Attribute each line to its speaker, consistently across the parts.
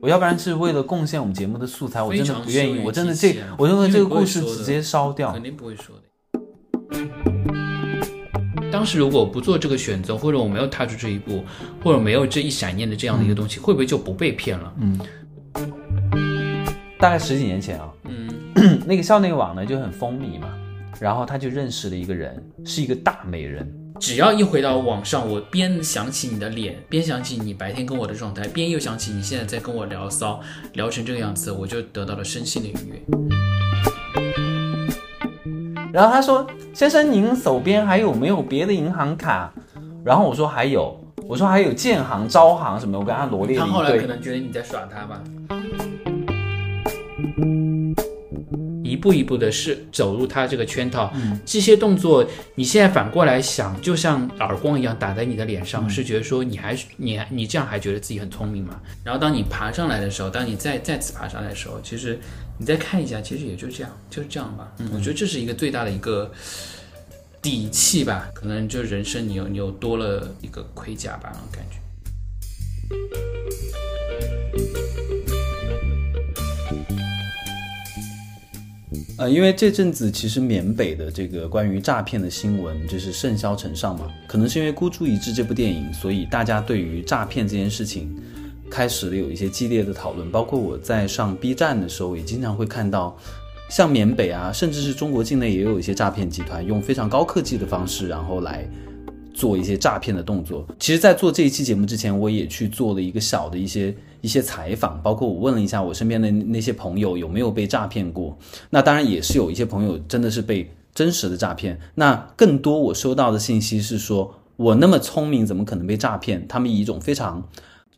Speaker 1: 我要不然是为了贡献我们节目的素材，我真的不愿
Speaker 2: 非
Speaker 1: 意，
Speaker 2: 常
Speaker 1: 我真的
Speaker 2: 羞于
Speaker 1: 这
Speaker 2: 极限，
Speaker 1: 我认为这个故事
Speaker 2: 啊因为你不会说的
Speaker 1: 直接烧掉
Speaker 2: 肯。定不会说的。当时如果不做这个选择，或者我没有踏出这一步，或者没有这一闪念的这样的一个东西，会不会就不被骗了？
Speaker 1: 嗯，大概十几年前啊，
Speaker 2: 嗯
Speaker 1: 那个校内网呢就很风靡嘛，然后他就认识了一个人，是一个大美人，
Speaker 2: 只要一回到网上，我边想起你的脸，边想起你白天跟我的状态，边又想起你现在在跟我聊骚，聊成这个样子，我就得到了身心的愉悦。
Speaker 1: 然后他说：“先生，您手边还有没有别的银行卡？”然后我说：“还有。”我说：“还有建行、招行什么？”我跟他罗列了
Speaker 2: 他后
Speaker 1: 一
Speaker 2: 来可
Speaker 1: 堆。
Speaker 2: 能觉得你在耍他吧。一步一步的是走入他这个圈套，这些动作你现在反过来想，就像耳光一样打在你的脸上，是觉得说你还是你还你这样还觉得自己很聪明吗？然后当你爬上来的时候，当你再再次爬上来的时候，其实你再看一下，其实也就这样，就是这样吧。我觉得这是一个最大的一个底气吧，可能就人生你有你有多了一个盔甲吧，那种感觉。
Speaker 3: 呃，因为这阵子其实缅北的这个关于诈骗的新闻就是盛嚣尘上嘛，可能是因为《孤注一掷》这部电影，所以大家对于诈骗这件事情开始了有一些激烈的讨论。包括我在上 B 站的时候，也经常会看到，像缅北啊，甚至是中国境内也有一些诈骗集团用非常高科技的方式，然后来做一些诈骗的动作。其实，在做这一期节目之前，我也去做了一个小的一些一些采访，包括我问了一下我身边的那些朋友有没有被诈骗过。那当然也是有一些朋友真的是被真实的诈骗。那更多我收到的信息是说，我那么聪明，怎么可能被诈骗？他们以一种非常。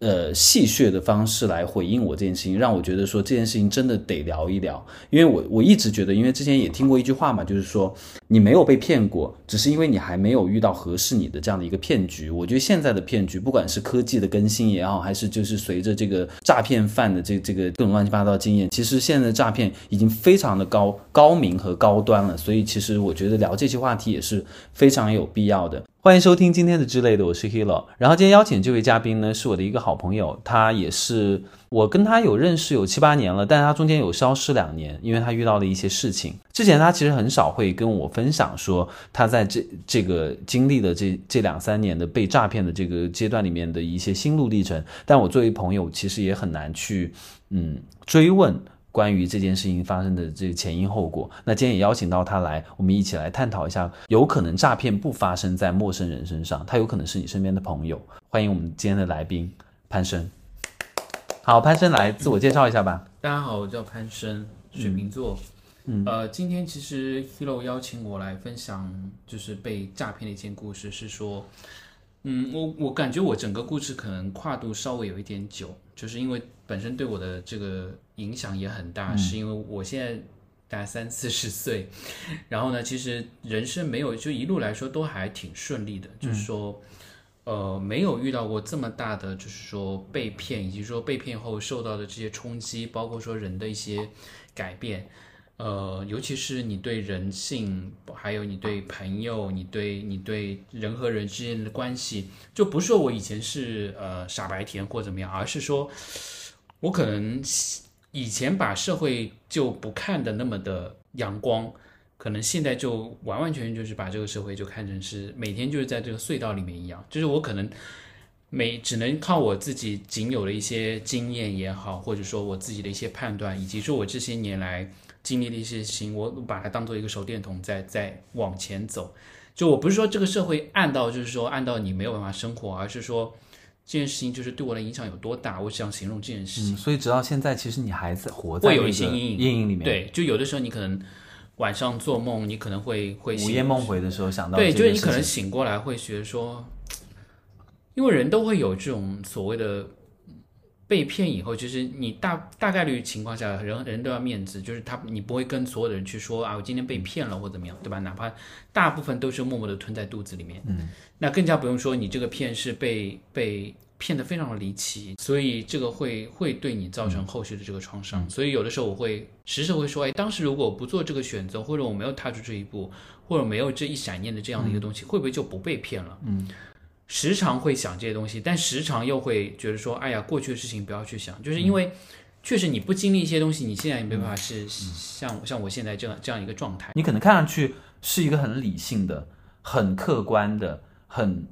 Speaker 3: 呃，戏谑的方式来回应我这件事情，让我觉得说这件事情真的得聊一聊，因为我我一直觉得，因为之前也听过一句话嘛，就是说你没有被骗过，只是因为你还没有遇到合适你的这样的一个骗局。我觉得现在的骗局，不管是科技的更新也好，还是就是随着这个诈骗犯的这这个各种乱七八糟的经验，其实现在的诈骗已经非常的高高明和高端了。所以其实我觉得聊这些话题也是非常有必要的。
Speaker 1: 欢迎收听今天的之类的，我是 Hilo。然后今天邀请这位嘉宾呢，是我的一个好朋友，他也是我跟他有认识有七八年了，但是他中间有消失两年，因为他遇到了一些事情。之前他其实很少会跟我分享说他在这这个经历的这这两三年的被诈骗的这个阶段里面的一些心路历程。但我作为朋友，其实也很难去嗯追问。关于这件事情发生的这个前因后果，那今天也邀请到他来，我们一起来探讨一下，有可能诈骗不发生在陌生人身上，他有可能是你身边的朋友。欢迎我们今天的来宾潘生。好，潘生来自我介绍一下吧。
Speaker 2: 大家好，我叫潘生，水瓶座。呃，今天其实 Hero 邀请我来分享，就是被诈骗的一件故事，是说，嗯，我我感觉我整个故事可能跨度稍微有一点久，就是因为本身对我的这个影响也很大，是因为我现在大概三四十岁，然后呢，其实人生没有就一路来说都还挺顺利的，就是说。呃，没有遇到过这么大的，就是说被骗，以及说被骗后受到的这些冲击，包括说人的一些改变，呃，尤其是你对人性，还有你对朋友，你对你对人和人之间的关系，就不是说我以前是呃傻白甜或怎么样，而是说我可能以前把社会就不看的那么的阳光，可能现在就完完全全就是把这个社会就看成是每天就是在这个隧道里面一样，就是我可能每只能靠我自己仅有的一些经验也好，或者说我自己的一些判断，以及说我这些年来经历的一些事情，我把它当做一个手电筒在在往前走。就我不是说这个社会暗到就是说暗到你没有办法生活，而是说这件事情就是对我的影响有多大，我想形容这件事情。
Speaker 1: 嗯，所以直到现在，其实你还在活在
Speaker 2: 会有
Speaker 1: 那
Speaker 2: 一些
Speaker 1: 个
Speaker 2: 阴影
Speaker 1: 阴影里面，，
Speaker 2: 对，就有的时候你可能晚上做梦，你可能会会
Speaker 1: 午
Speaker 2: 醒
Speaker 1: 夜梦回的时候想到
Speaker 2: 对，
Speaker 1: 这
Speaker 2: 就是
Speaker 1: 件
Speaker 2: 你
Speaker 1: 事
Speaker 2: 可能
Speaker 1: 情
Speaker 2: 醒过来会觉得说，因为人都会有这种所谓的被骗以后，就是你大大概率情况下，人人都要面子，就是他你不会跟所有的人去说啊，我今天被骗了或怎么样，对吧？哪怕大部分都是默默的吞在肚子里面，嗯，那更加不用说你这个骗是被被。骗得非常的离奇，所以这个会会对你造
Speaker 1: 嗯
Speaker 2: 成后续的这个创伤。所以有的时候我会时时会说，哎，当时如果我不做这个选择，或者我没有踏出这一步，或者没有这一闪念的这样的一个东西，会不会就不被骗了？嗯，时常会想这些东西，但时常又会觉得说，哎呀，过去的事情不要去想，就是因为确实你不经历一些东西，你现在也没办法是像像我现在这样这样一个状态。
Speaker 1: 你可能看上去是一个很理性的、很客观的、很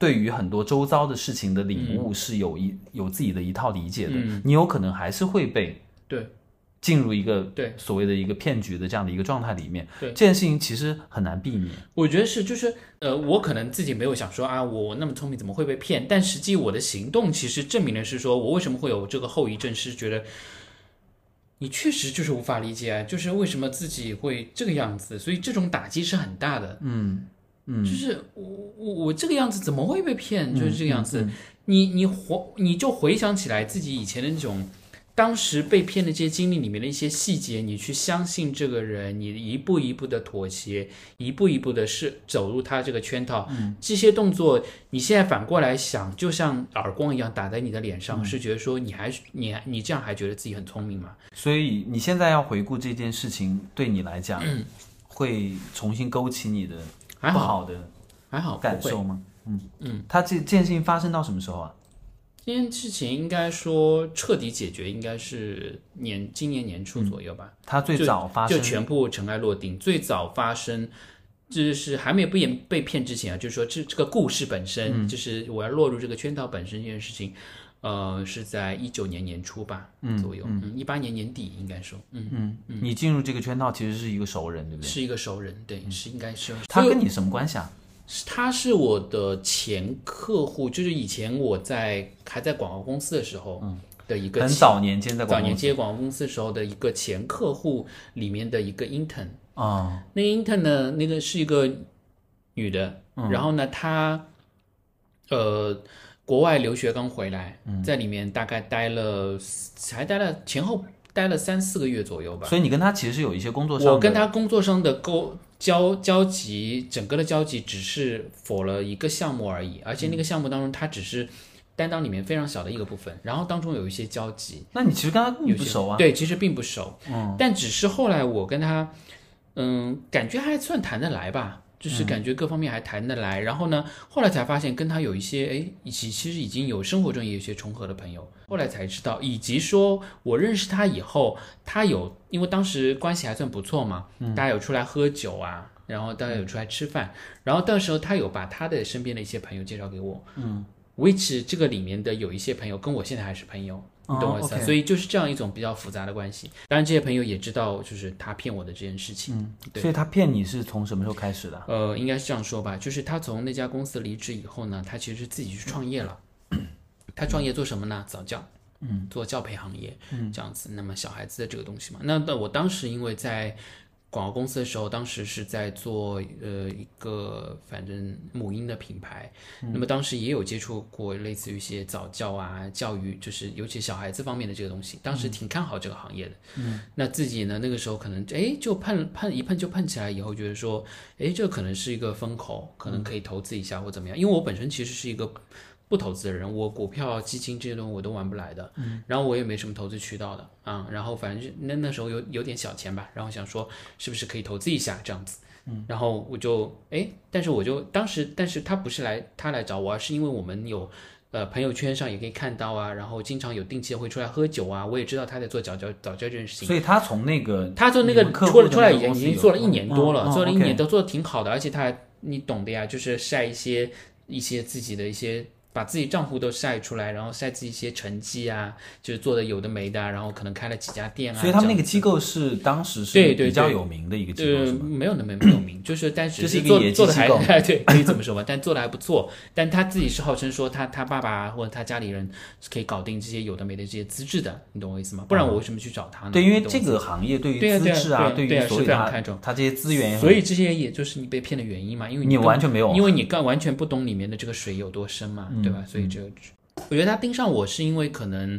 Speaker 1: 对于很多周遭的事情的领悟是有一、有自己的一套理解的，
Speaker 2: 嗯
Speaker 1: 你有可能还是会被
Speaker 2: 对
Speaker 1: 进入一个
Speaker 2: 对
Speaker 1: 所谓的一个骗局的这样的一个状态里面。
Speaker 2: 对
Speaker 1: 这件事情其实很难避免。
Speaker 2: 我觉得是，就是呃，我可能自己没有想说啊，我那么聪明怎么会被骗？但实际我的行动其实证明的是，说我为什么会有这个后遗症，是觉得你确实就是无法理解啊，就是为什么自己会这个样子，所以这种打击是很大的。
Speaker 1: 嗯嗯
Speaker 2: 就是我我我这个样子怎么会被骗？就是这个样子，你你回你就回想起来自己以前的那种。当时被骗的这些经历里面的一些细节，你去相信这个人，你一步一步的妥协，一步一步的是走入他这个圈套。这些动作你现在反过来想，就像耳光一样打在你的脸上，是觉得说你还你还你这样还觉得自己很聪明吗？
Speaker 1: 所以你现在要回顾这件事情，对你来讲，会重新勾起你的
Speaker 2: 嗯还
Speaker 1: 不
Speaker 2: 好
Speaker 1: 好的
Speaker 2: 啊还好，
Speaker 1: 感
Speaker 2: 不会
Speaker 1: 受吗？嗯嗯，他这这件事情发生到什么时候啊？
Speaker 2: 这件事情应该说彻底解决，应该是年今年年初左右吧，
Speaker 1: 他最早发生
Speaker 2: 就全部尘埃落定。最早发生就是还没有被被骗之前啊，就是说这这个故事本身，
Speaker 1: 嗯
Speaker 2: 就是我要落入这个圈套本身这件事情，呃，是在一九年年初吧左右，嗯，一八年年底应该说，嗯，
Speaker 1: 嗯，你进入这个圈套其实是一个熟人，对不对？
Speaker 2: 是一个熟人，对，是应该是
Speaker 1: 他
Speaker 2: 所以
Speaker 1: 跟你什么关系啊？
Speaker 2: 是他是我的前客户，就是以前我在还在广告公司的时候的一
Speaker 1: 嗯
Speaker 2: 个
Speaker 1: 很
Speaker 2: 前
Speaker 1: 早年间在
Speaker 2: 早
Speaker 1: 广
Speaker 2: 年
Speaker 1: 东
Speaker 2: 接广告公司时候的一个前客户里面的一个 intern，
Speaker 1: 啊，
Speaker 2: 那个 intern 呢，那个是一个女的，
Speaker 1: 嗯
Speaker 2: 然后呢，她呃国外留学刚回来，
Speaker 1: 嗯
Speaker 2: 在里面大概待了才待了前后待了三四个月左右吧。
Speaker 1: 所以你跟他其实是有一些工作上的，
Speaker 2: 我跟她工作上的沟交交集，整个的交集只是否了一个项目而已，而
Speaker 1: 嗯
Speaker 2: 且那个项目当中，她只是担当里面非常小的一个部分，然后当中有一些交集。
Speaker 1: 那你其实跟他
Speaker 2: 有
Speaker 1: 并不
Speaker 2: 些
Speaker 1: 熟啊。嗯
Speaker 2: 对，其实并不熟，但只是后来我跟他，嗯，感觉还算谈得来吧，
Speaker 1: 嗯
Speaker 2: 就是感觉各方面还谈得来。然后呢，后来才发现跟他有一些，哎，以及其实已经有生活中也有一些重合的朋友。后来才知道，以及说我认识他以后，他有因为当时关系还算不错嘛，
Speaker 1: 嗯
Speaker 2: 大家有出来喝酒啊。然后大家有出来吃饭，然后到时候他有把他的身边的一些朋友介绍给我，嗯，which 这个里面的有一些朋友跟我现在还是朋友，你懂我意思
Speaker 1: 哦
Speaker 2: 啊？
Speaker 1: ，OK
Speaker 2: 所以就是这样一种比较复杂的关系。当然，这些朋友也知道，就是他骗我的这件事情。对
Speaker 1: 所以他骗你是从什么时候开始的？
Speaker 2: 呃，应该是这样说吧，就是他从那家公司离职以后呢，他其实自己去创业了。他创业做什么呢？早教，嗯，做教培行业，嗯，这样子。那么小孩子的这个东西嘛，那那我当时因为在广告公司的时候，当时是在做呃一个反正母婴的品牌，那么当时也有接触过类似于一些早教啊、教育，就是尤其小孩子方面的这个东西，当时挺看好这个行业的。嗯，那自己呢，那个时候可能哎就碰碰一碰就碰起来，以后觉得说，哎，这可能是一个风口，可能可以投资一下或怎么样。因为我本身其实是一个不投资的人，我股票、基金这些东西我都玩不来的，嗯，然后我也没什么投资渠道的啊、然后反正就那那时候有有点小钱吧，然后想说是不是可以投资一下这样子。嗯，然后我就哎，但是我就当时，但是他不是来他来找我，而是因为我们有呃朋友圈上也可以看到啊，然后经常有定期的会出来喝酒啊，我也知道他在做早教早教这件事情，
Speaker 1: 所以他从那个
Speaker 2: 他做那个
Speaker 1: 你们客户
Speaker 2: 出
Speaker 1: 的
Speaker 2: 来出来
Speaker 1: 那
Speaker 2: 已
Speaker 1: 个
Speaker 2: 经
Speaker 1: 公
Speaker 2: 已
Speaker 1: 司
Speaker 2: 经
Speaker 1: 有
Speaker 2: 做了一年多了，
Speaker 1: 嗯嗯
Speaker 2: 做了一年
Speaker 1: OK
Speaker 2: 都做的挺好的，而且他还你懂的呀，就是晒一些一些自己的一些。把自己账户都晒出来，然后晒自己一些成绩啊，就是做的有的没的啊，然后可能开了几家店啊。
Speaker 1: 所以他们那
Speaker 2: 这
Speaker 1: 个
Speaker 2: 样
Speaker 1: 机构是当时
Speaker 2: 对
Speaker 1: 是
Speaker 2: 对
Speaker 1: 比较
Speaker 2: 对
Speaker 1: 有名的一个机构，
Speaker 2: 呃，
Speaker 1: 是吗？
Speaker 2: 没有那么没有名，就是但只
Speaker 1: 就是一个
Speaker 2: 做
Speaker 1: 野鸡
Speaker 2: 做的
Speaker 1: 机
Speaker 2: 还
Speaker 1: 构
Speaker 2: 对，可以这么说吧，但做的还不错。但他自己是号称说他他爸爸或者他家里人是可以搞定这些有的没的这些资质的，你懂我意思吗？不然我为什么去找他呢？
Speaker 1: 嗯对，因为
Speaker 2: 你懂我
Speaker 1: 这个行业对
Speaker 2: 对啊
Speaker 1: 于资
Speaker 2: 对啊
Speaker 1: 质
Speaker 2: 对啊
Speaker 1: 对
Speaker 2: 对啊
Speaker 1: 于
Speaker 2: 是
Speaker 1: 所有
Speaker 2: 非常
Speaker 1: 他
Speaker 2: 看重
Speaker 1: 他这些资源也很，
Speaker 2: 所以这些也就是你被骗的原因嘛，因为
Speaker 1: 你
Speaker 2: 根
Speaker 1: 完全没有啊
Speaker 2: 因为你干完全不懂里面的这个水有多深嘛，对吧？所以这个，我觉得他盯上我是因为可能，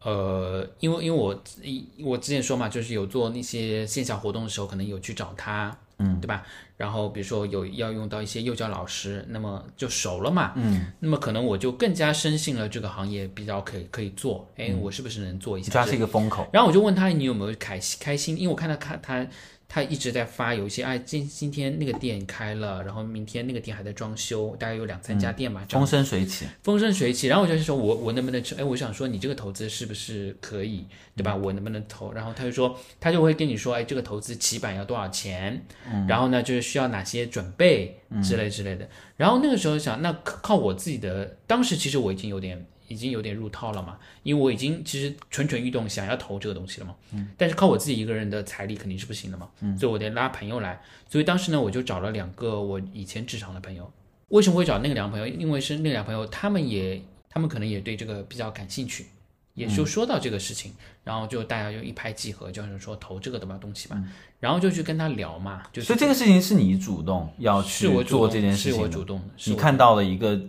Speaker 2: 呃，因为因为我一我之前说嘛，就是有做那些线下活动的时候，可能有去找他，嗯，对吧？然后比如说有要用到一些幼教老师，那么就熟了嘛，嗯，那么可能我就更加深信了这个行业比较可以可以做，哎，我是不是能做一
Speaker 1: 你
Speaker 2: 下？
Speaker 1: 抓是一个风口，
Speaker 2: 然后我就问他你有没有开开心，因为我看他看他他一直在发有一些，哎，今今天那个店开了，然后明天那个店还在装修，大概有两三家店嘛，这样
Speaker 1: 风生水起。
Speaker 2: 风生水起。然后我就说我我能不能吃？哎，我想说你这个投资是不是可以，对吧？我能不能投？然后他就说，他就会跟你说，哎，这个投资起板要多少钱？然后呢，就是需要哪些准备之类之类的。然后那个时候想，那靠我自己的，当时其实我已经有点。已经有点入套了嘛，因为我已经其实蠢蠢欲动，想要投这个东西了嘛。嗯。但是靠我自己一个人的财力肯定是不行的嘛。嗯。所以我得拉朋友来，所以当时呢，我就找了两个我以前职场的朋友。为什么会找那个两个朋友？因为是那两个朋友，他们也他们可能也对这个比较感兴趣，也就说到这个事情，然后就大家就一拍即合，就是说投这个的吧东西吧，然后就去跟他聊嘛，就是
Speaker 1: 所以这个事情是你主动要去
Speaker 2: 是我主
Speaker 1: 做
Speaker 2: 动
Speaker 1: 这件事
Speaker 2: 是
Speaker 1: 情
Speaker 2: 我
Speaker 1: 的，
Speaker 2: 主动的，是
Speaker 1: 你
Speaker 2: 我
Speaker 1: 看到了一个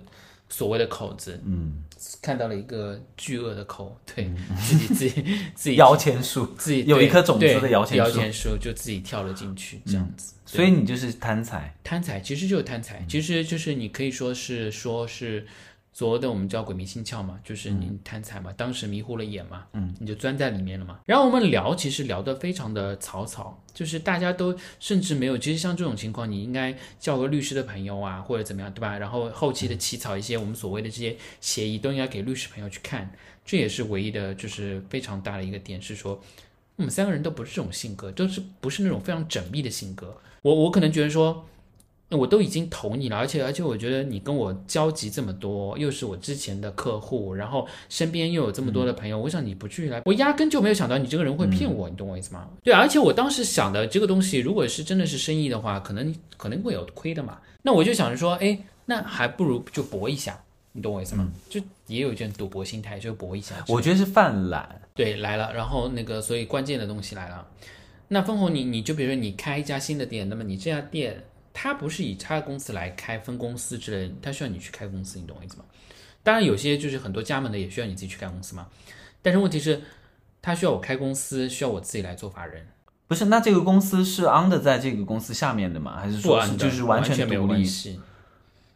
Speaker 2: 所谓的口子，
Speaker 1: 嗯
Speaker 2: 看到了一个巨恶的口，对、自己自己自己
Speaker 1: 摇钱树，
Speaker 2: 自己
Speaker 1: 有一
Speaker 2: 对
Speaker 1: 棵种子
Speaker 2: 对
Speaker 1: 的摇钱
Speaker 2: 摇
Speaker 1: 树
Speaker 2: 钱树就自己跳了进去，这样子。对
Speaker 1: 所以你就是贪财，
Speaker 2: 贪财其实就是贪财，其实就是你可以说是说是所谓的我们叫鬼迷心窍嘛，就是你贪财嘛，当时迷糊了眼嘛，嗯，你就钻在里面了嘛。然后我们聊，其实聊得非常的草草，就是大家都甚至没有，其实像这种情况，你应该叫个律师的朋友啊，或者怎么样，对吧？然后后期的起草一些我们所谓的这些协议，都应该给律师朋友去看，这也是唯一的，就是非常大的一个点是说。我嗯们三个人都不是这种性格，都是不是那种非常缜密的性格。我我可能觉得说，我都已经投你了，而且而且我觉得你跟我交集这么多，又是我之前的客户，然后身边又有这么多的朋友，我想你不去来，我压根就没有想到你这个人会骗我，你懂我意思吗？对，而且我当时想的这个东西，如果是真的是生意的话，可能可能会有亏的嘛。那我就想着说，哎，那还不如就搏一下，你懂我意思吗？就也有一种赌博心态，就搏一下。
Speaker 1: 我觉得是犯懒，
Speaker 2: 对，来了，然后那个，所以关键的东西来了。那分红你，你就比如说你开一家新的店，那么你这家店它不是以他的公司来开分公司之类的，它需要你去开公司，你懂我意思吗？当然有些就是很多加盟的也需要你自己去开公司嘛，但是问题是，他需要我开公司，需要我自己来做法人，
Speaker 1: 不是？那这个公司是 under 在这个公司下面的吗？还是
Speaker 2: 不
Speaker 1: 说
Speaker 2: 然
Speaker 1: 是
Speaker 2: 的
Speaker 1: 就是
Speaker 2: 完
Speaker 1: 全
Speaker 2: 没有
Speaker 1: 独
Speaker 2: 关
Speaker 1: 立？
Speaker 2: 系。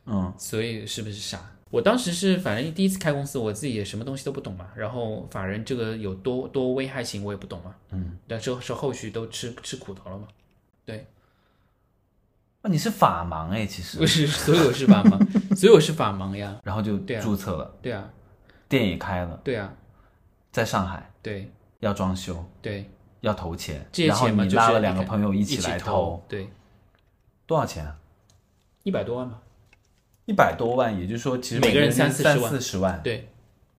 Speaker 1: 嗯，
Speaker 2: 所以是不是傻？我当时是反正第一次开公司，我自己也什么东西都不懂嘛，然后法人这个有多多危害性我也不懂嘛，嗯，但是是后续都吃吃苦头了嘛，
Speaker 1: 啊，你是法盲哎，其实
Speaker 2: 不，是， 所以我是法盲，所以我是法盲呀，
Speaker 1: 然后就
Speaker 2: 对啊
Speaker 1: 注册了，
Speaker 2: 对啊，
Speaker 1: 店也开了，
Speaker 2: 对啊，
Speaker 1: 在上海
Speaker 2: 对
Speaker 1: 要装修，
Speaker 2: 对，
Speaker 1: 要投钱，
Speaker 2: 借
Speaker 1: 然后
Speaker 2: 钱嘛，
Speaker 1: 你
Speaker 2: 就是
Speaker 1: 拉了
Speaker 2: 一
Speaker 1: 两个
Speaker 2: 开
Speaker 1: 朋友
Speaker 2: 一
Speaker 1: 起来
Speaker 2: 投，对，
Speaker 1: 多少钱啊？
Speaker 2: 一百多万嘛，
Speaker 1: 一百多万，也就是说，其实
Speaker 2: 每个人
Speaker 1: 三
Speaker 2: 三四十万
Speaker 1: 四十万，
Speaker 2: 对，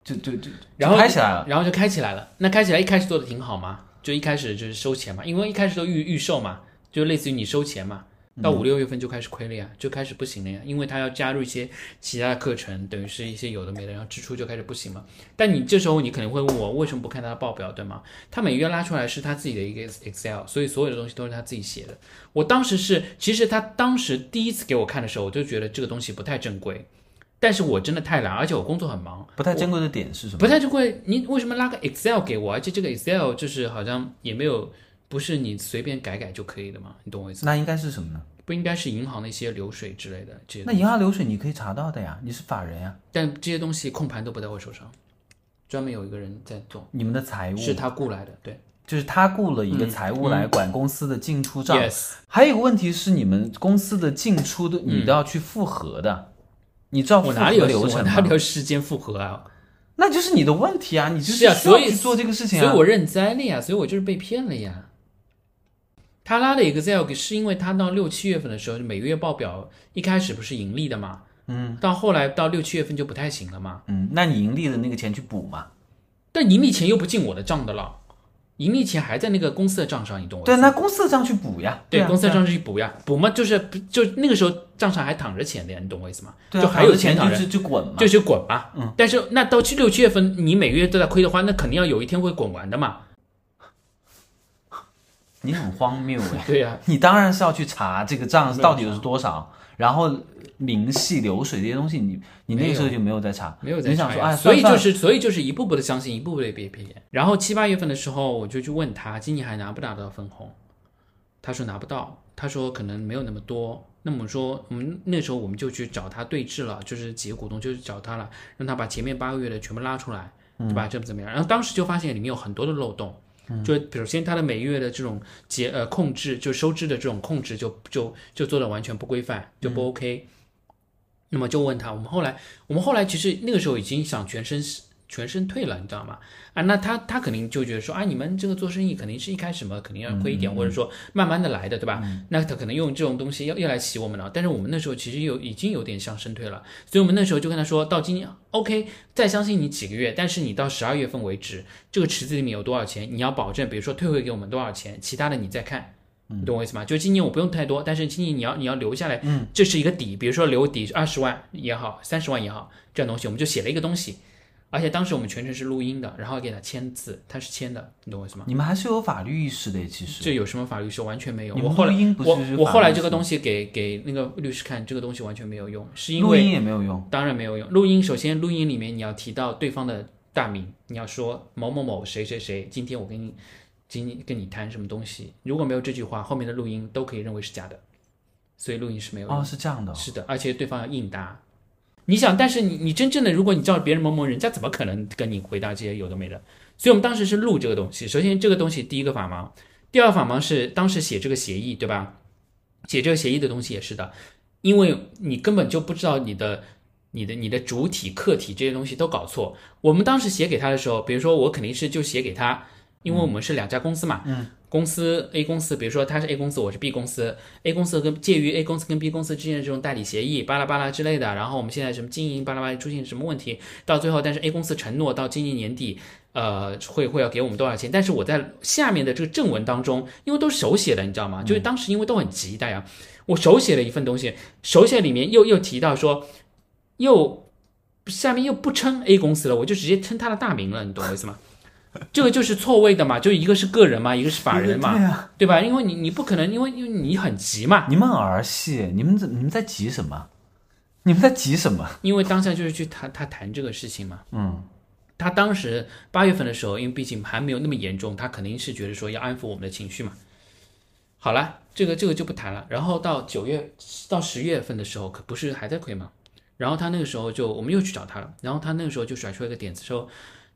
Speaker 1: 就就就
Speaker 2: 然后
Speaker 1: 就开起来了。
Speaker 2: 然后就开起来了。那开起来一开始做的挺好嘛，就一开始就是收钱嘛，因为一开始都预预售嘛，就类似于你收钱嘛。到五六月份就开始亏了呀，就开始不行了呀，因为他要加入一些其他的课程，等于是一些有的没的，然后支出就开始不行嘛。但你这时候你可能会问我，为什么不看他的报表，对吗？他每月拉出来是他自己的一个 Excel，所以所有的东西都是他自己写的。我当时是，其实他当时第一次给我看的时候，我就觉得这个东西不太正规，但是我真的太懒，而且我工作很忙，
Speaker 1: 不太珍贵的点是什么？
Speaker 2: 不太就会，你为什么拉个 Excel 给我？而且这个 Excel 就是好像也没有，不是你随便改改就可以的嘛？你懂我意思吗？
Speaker 1: 那应该是什么呢？
Speaker 2: 不应该是银行的一些流水之类的这些
Speaker 1: 那
Speaker 2: 东西，
Speaker 1: 银行流水你可以查到的呀，你是法人啊呀，
Speaker 2: 但这些东西控盘都不在我手上，专门有一个人在做，
Speaker 1: 你们的财务
Speaker 2: 是他雇来的。对
Speaker 1: 就是他雇了一个财务来管公司的进出账。
Speaker 2: ，yes，嗯
Speaker 1: 还有一个问题是，你们公司的进出都你都要去复核的，你知道复
Speaker 2: 我
Speaker 1: 核
Speaker 2: 哪里有啊
Speaker 1: 流
Speaker 2: 我
Speaker 1: 程
Speaker 2: 哪里
Speaker 1: 吗？
Speaker 2: 有时间复合啊？
Speaker 1: 那就是你的问题啊，你就是
Speaker 2: 啊
Speaker 1: 需要
Speaker 2: 所以
Speaker 1: 去做这个事情
Speaker 2: 所
Speaker 1: 啊
Speaker 2: 以。我认栽了呀，所以我就是被骗了呀。他拉的 Excel 是因为他到六七月份的时候，每个月报表一开始不是盈利的嘛，嗯，到后来到六七月份就不太行了嘛，
Speaker 1: 嗯，那你盈利的那个钱去补嘛？
Speaker 2: 但盈利钱又不进我的账的了，盈利钱还在那个公司的账上，你懂我意
Speaker 1: 对，
Speaker 2: 思吗？
Speaker 1: 那公司的账去补呀。
Speaker 2: 对
Speaker 1: 啊
Speaker 2: 公司
Speaker 1: 对
Speaker 2: 的
Speaker 1: 啊
Speaker 2: 账是去补呀，补嘛就是不就那个时候账上还躺着钱的呀，你懂我意思吗？
Speaker 1: 对啊
Speaker 2: 就还有
Speaker 1: 钱
Speaker 2: 躺着
Speaker 1: 就。就滚嘛。
Speaker 2: 就去滚嘛，嗯，但是那到七六七月份，你每个月都在亏的话，那肯定要有一天会滚完的嘛。
Speaker 1: 你很荒谬哎！
Speaker 2: 对呀、
Speaker 1: 你当然是要去查这个账
Speaker 2: 有
Speaker 1: 到底有是多少，然后明细流水这些东西你，你那个时候就没有在查，
Speaker 2: 没有在
Speaker 1: 你
Speaker 2: 查
Speaker 1: 想说
Speaker 2: 呀
Speaker 1: 哎，
Speaker 2: 所以
Speaker 1: 算
Speaker 2: 就
Speaker 1: 了
Speaker 2: 是所以就是一步步的相信，一步步的被骗。然后七八月份的时候，我就去问他今年还拿不拿到分红，他说拿不到，他说可能没有那么多。那么我说，我们那时候我们就去找他对峙了，就是几个股东就去找他了，
Speaker 1: 嗯
Speaker 2: 让他把前面八个月的全部拉出来，对吧？这么怎么样？然后当时就发现里面有很多的漏洞，就
Speaker 1: 嗯
Speaker 2: 首先它的每月的这种节呃控制，就收支的这种控制就就就做的完全不规范，就
Speaker 1: 嗯
Speaker 2: 不 OK。那么就问他，我们后来我们后来其实那个时候已经想全身全身退了，你知道吗？啊，那他他肯定就觉得说啊，你们这个做生意肯定是一开始嘛，肯定要亏一点，或者说慢慢的来的，对吧？那他可能用这种东西要要来洗我们了。但是我们那时候其实有已经有点像身退了，所以我们那时候就跟他说到今年 OK，再相信你几个月，但是你到十二月份为止，这个池子里面有多少钱，你要保证，比如说退回给我们多少钱，其他的你再看。
Speaker 1: 嗯
Speaker 2: 你懂我意思吗？就今年我不用太多，但是今年你要你要留下来，
Speaker 1: 嗯
Speaker 2: 这是一个底，比如说留底二十万也好，三十万也好，这样东西我们就写了一个东西，而且当时我们全程是录音的，然后给他签字，他是签的，你懂我意思吗？
Speaker 1: 你们还是有法律意识的，其实
Speaker 2: 这有什么法律是完全没有。
Speaker 1: 你
Speaker 2: 我
Speaker 1: 们
Speaker 2: 后来
Speaker 1: 录音不是
Speaker 2: 我
Speaker 1: 是
Speaker 2: 我
Speaker 1: 法
Speaker 2: 后来
Speaker 1: 律
Speaker 2: 这个
Speaker 1: 是
Speaker 2: 东西给给那个律师看，这个东西完全没有用，是因
Speaker 1: 录音
Speaker 2: 为
Speaker 1: 也没有用。
Speaker 2: 当然没有用。录音首先录音里面你要提到对方的大名，你要说某某某谁谁谁，今天我跟你今天跟你谈什么东西，如果没有这句话，后面的录音都可以认为是假的，所以录音是没有用的
Speaker 1: 哦，是这样的哦、
Speaker 2: 是的，而且对方要应答。你想，但是你你真正的，如果你叫别人某某人，人家怎么可能跟你回答这些有的没的？所以我们当时是录这个东西。首先，这个东西第一个法盲，第二个法盲是当时写这个协议，对吧？写这个协议的东西也是的，因为你根本就不知道你的、你的、你的主体、客体这些东西都搞错。我们当时写给他的时候，比如说我肯定是就写给他，因为我们是两家公司嘛，嗯，公司 A 公司，比如说他是 A 公司，我是 B 公司，A 公司跟介于 A 公司跟 B 公司之间的这种代理协议，巴拉巴拉之类的。然后我们现在什么经营巴拉巴拉出现什么问题，到最后，但是 A 公司承诺到今年年底，呃，会会要给我们多少钱？但是我在下面的这个正文当中，因为都是手写的，你知道吗？就是当时因为都很急，大家我手写了一份东西，手写里面又又提到说，又下面又不称 A 公司了，我就直接称他的大名了，你懂我意思吗？ 这个就是错位的嘛，就一个是个人嘛，一个是法人嘛，
Speaker 1: 对呀、
Speaker 2: 对吧？因为你你不可能，因为因为你很急嘛，
Speaker 1: 你们很儿戏，你们怎你们在急什么？你们在急什么？
Speaker 2: 因为当下就是去谈他谈这个事情嘛。
Speaker 1: 嗯，
Speaker 2: 他当时八月份的时候，因为毕竟还没有那么严重，他肯定是觉得说要安抚我们的情绪嘛。好了，这个这个就不谈了。然后到九月到十月份的时候，可不是还在亏吗？然后他那个时候就我们又去找他了，然后他那个时候就甩出一个点子说。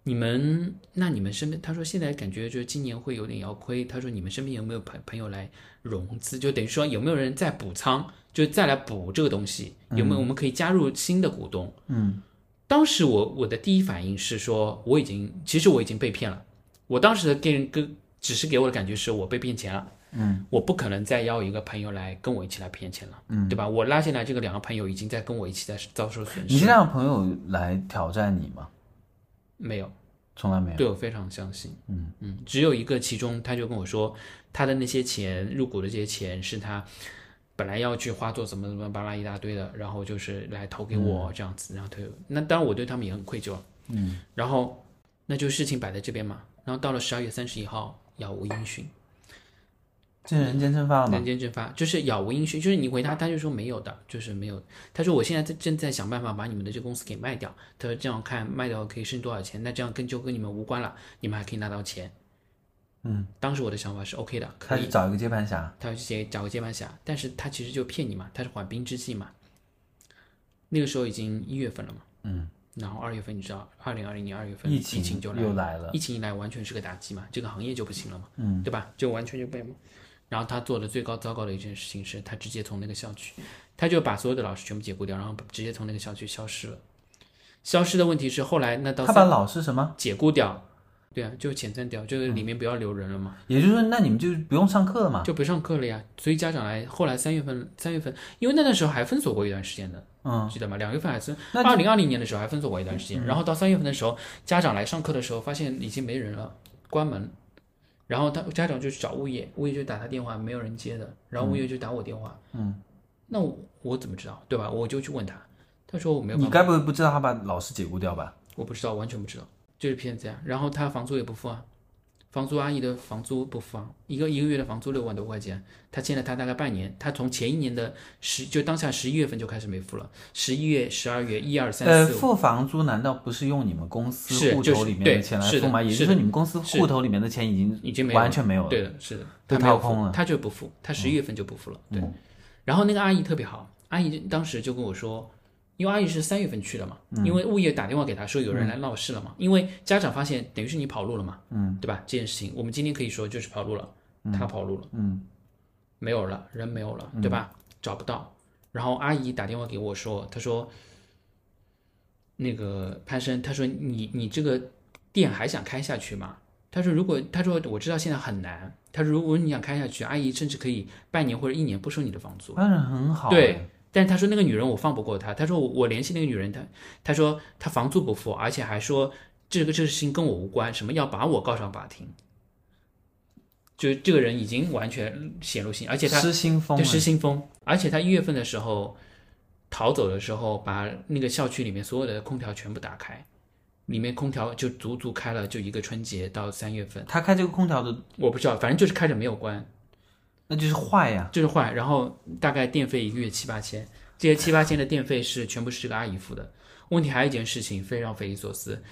Speaker 2: 你们那你们身边，他说现在感觉就是今年会有点要亏。他说你们身边有没有朋朋友来融资，就等于说有没有人在补仓，就再来补这个东西，有没有我们可以加入新的股东？嗯，当时我我的第一反应是说我已经其实我已经被骗了，我当时的给人跟只是给我的感觉是我被骗钱了。嗯，我不可能再邀一个朋友来跟我一起来骗钱了，嗯，对吧？我拉进来这个两个朋友已经在跟我一起在遭受损
Speaker 1: 你是
Speaker 2: 失，
Speaker 1: 让朋友来挑战你吗？
Speaker 2: 没有。
Speaker 1: 从来没有。
Speaker 2: 对我非常相信。嗯嗯，只有一个，其中他就跟我说，他的那些钱入股的这些钱是他本来要去花做怎么怎么巴拉一大堆的，然后就是来投给我这样子，然后他就那当然我对他们也很愧疚。嗯，然后那就事情摆在这边嘛，然后到了十二月三十一号，杳无音讯，
Speaker 1: 见人间蒸发了吗
Speaker 2: 人？间蒸发，就是杳无音讯，就是你回他，他就说没有的，就是没有。他说我现在在正在想办法把你们的这个公司给卖掉，他说这样看卖掉可以剩多少钱，那这样跟就跟你们无关了，你们还可以拿到钱。嗯，当时我的想法是 OK 的，可
Speaker 1: 他
Speaker 2: 以
Speaker 1: 去，找一个接盘侠，
Speaker 2: 他要去接找个接班侠，但是他其实就骗你嘛，他是缓兵之计嘛。那个时候已经一月份了嘛，嗯，然后二月份你知道，二零二零年二月份
Speaker 1: 疫
Speaker 2: 情就来
Speaker 1: 又
Speaker 2: 了。
Speaker 1: 来了。
Speaker 2: 疫情一来完全是个打击嘛，这个行业就不行了嘛，嗯，对吧？就完全就被嘛。然后他做的最高糟糕的一件事情是，他直接从那个校区，他就把所有的老师全部解雇掉，然后直接从那个校区消失了。消失的问题是后来那到
Speaker 1: 他把老师什么？
Speaker 2: 解雇掉，对啊，就遣散掉，就是里面不要留人了嘛。
Speaker 1: 也就是说，那你们就不用上课了嘛？
Speaker 2: 就不上课了呀。所以家长来，后来三月份，三月份，因为那段时候还封锁过一段时间的，
Speaker 1: 嗯，
Speaker 2: 记得吗？两月份还是
Speaker 1: 那嗯
Speaker 2: 二零二零年的时候还封锁过一段时间，然后到三月份的时候，家长来上课的时候，发现已经没人了，关门。然后他家长就去找物业，物业就打他电话，没有人接的，然后物业就打我电话，嗯，那我我怎么知道，对吧？我就去问他，他说我没有办法
Speaker 1: 你该不会不知道他把老师解雇掉吧？
Speaker 2: 我不知道，完全不知道，就是骗子呀。然后他房租也不付啊，房租阿姨的房租不付啊，一个一个月的房租六万多块钱，他欠了他大概半年，他从前一年的十就当下十一月份就开始没付了，十一月、十二月、一二
Speaker 1: 呃，
Speaker 2: 三四五，
Speaker 1: 付房租难道不是用你们公司
Speaker 2: 是
Speaker 1: 户
Speaker 2: 就
Speaker 1: 头
Speaker 2: 是
Speaker 1: 里面
Speaker 2: 对
Speaker 1: 的钱来
Speaker 2: 是的
Speaker 1: 付吗？也就是是
Speaker 2: 的
Speaker 1: 说，你们公司
Speaker 2: 是的
Speaker 1: 户头里面的钱已经
Speaker 2: 已经没有了
Speaker 1: 完全没有了。
Speaker 2: 对的，是的，
Speaker 1: 被
Speaker 2: 他没有
Speaker 1: 掏空
Speaker 2: 付
Speaker 1: 了嗯
Speaker 2: 他就不付，他十一月份就不付了，对。然后那个阿姨特别好，阿姨当时就跟我说，因为阿姨是三月份去了嘛，
Speaker 1: 嗯
Speaker 2: 因为物业打电话给她说有人来闹事了嘛，因为家长发现等于是你跑路了嘛，嗯，对吧？这件事情我们今天可以说就是跑路了，他跑路了，
Speaker 1: 嗯，
Speaker 2: 没有了，人没有了，对吧？找不到。然后阿姨打电话给我说，她说那个潘生，她说你你这个店还想开下去吗？她说如果她说我知道现在很难，她说如果你想开下去，阿姨甚至可以半年或者一年不收你的房租。
Speaker 1: 当然很好。哎
Speaker 2: 对，但是他说那个女人我放不过她，他说我我联系那个女人，她她说她房租不付，而且还说这个这个事情跟我无关，什么要把我告上法庭，就这个人已经完全显露性，而且他
Speaker 1: 失心疯
Speaker 2: 就
Speaker 1: 了，
Speaker 2: 失心疯，而且他一月份的时候逃走的时候，把那个校区里面所有的空调全部打开，里面空调就足足开了就一个春节到三月份，
Speaker 1: 他开这个空调的，
Speaker 2: 我不知道，反正就是开着没有关。
Speaker 1: 那就是坏呀。
Speaker 2: 就是坏，然后大概电费一个月七八千，这些七八千的电费是全部是这个阿姨付的。问题还有一件事情非常匪夷所思，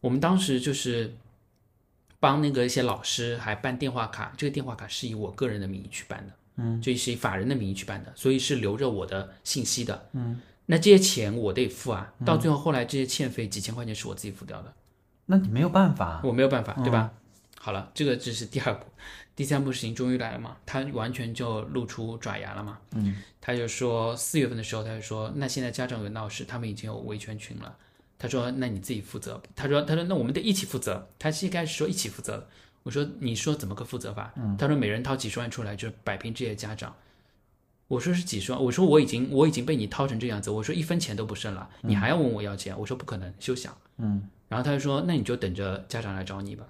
Speaker 2: 我们当时就是帮那个一些老师还办电话卡，这个电话卡是以我个人的名义去办的，嗯，就是以法人的名义去办的，所以是留着我的信息的，嗯，那这些钱我得付啊，到最后后来这些欠费几千块钱是我自己付掉的，
Speaker 1: 那你没有办法，
Speaker 2: 我没有办法，对吧？好了，这个只是第二步，第三步事情终于来了嘛，他完全就露出爪牙了嘛。嗯，他就说四月份的时候，他就说那现在家长有闹事，他们已经有维权群了。他说那你自己负责。他说他说那我们得一起负责。他是一开始说一起负责，我说你说怎么个负责法？他说每人掏几十万出来，就是摆平这些家长。我说是几十万，我说我已经我已经被你掏成这样子，我说一分钱都不剩了，你还要问我要钱？我说不可能，休想。然后他就说：“那你就等着家长来找你吧。”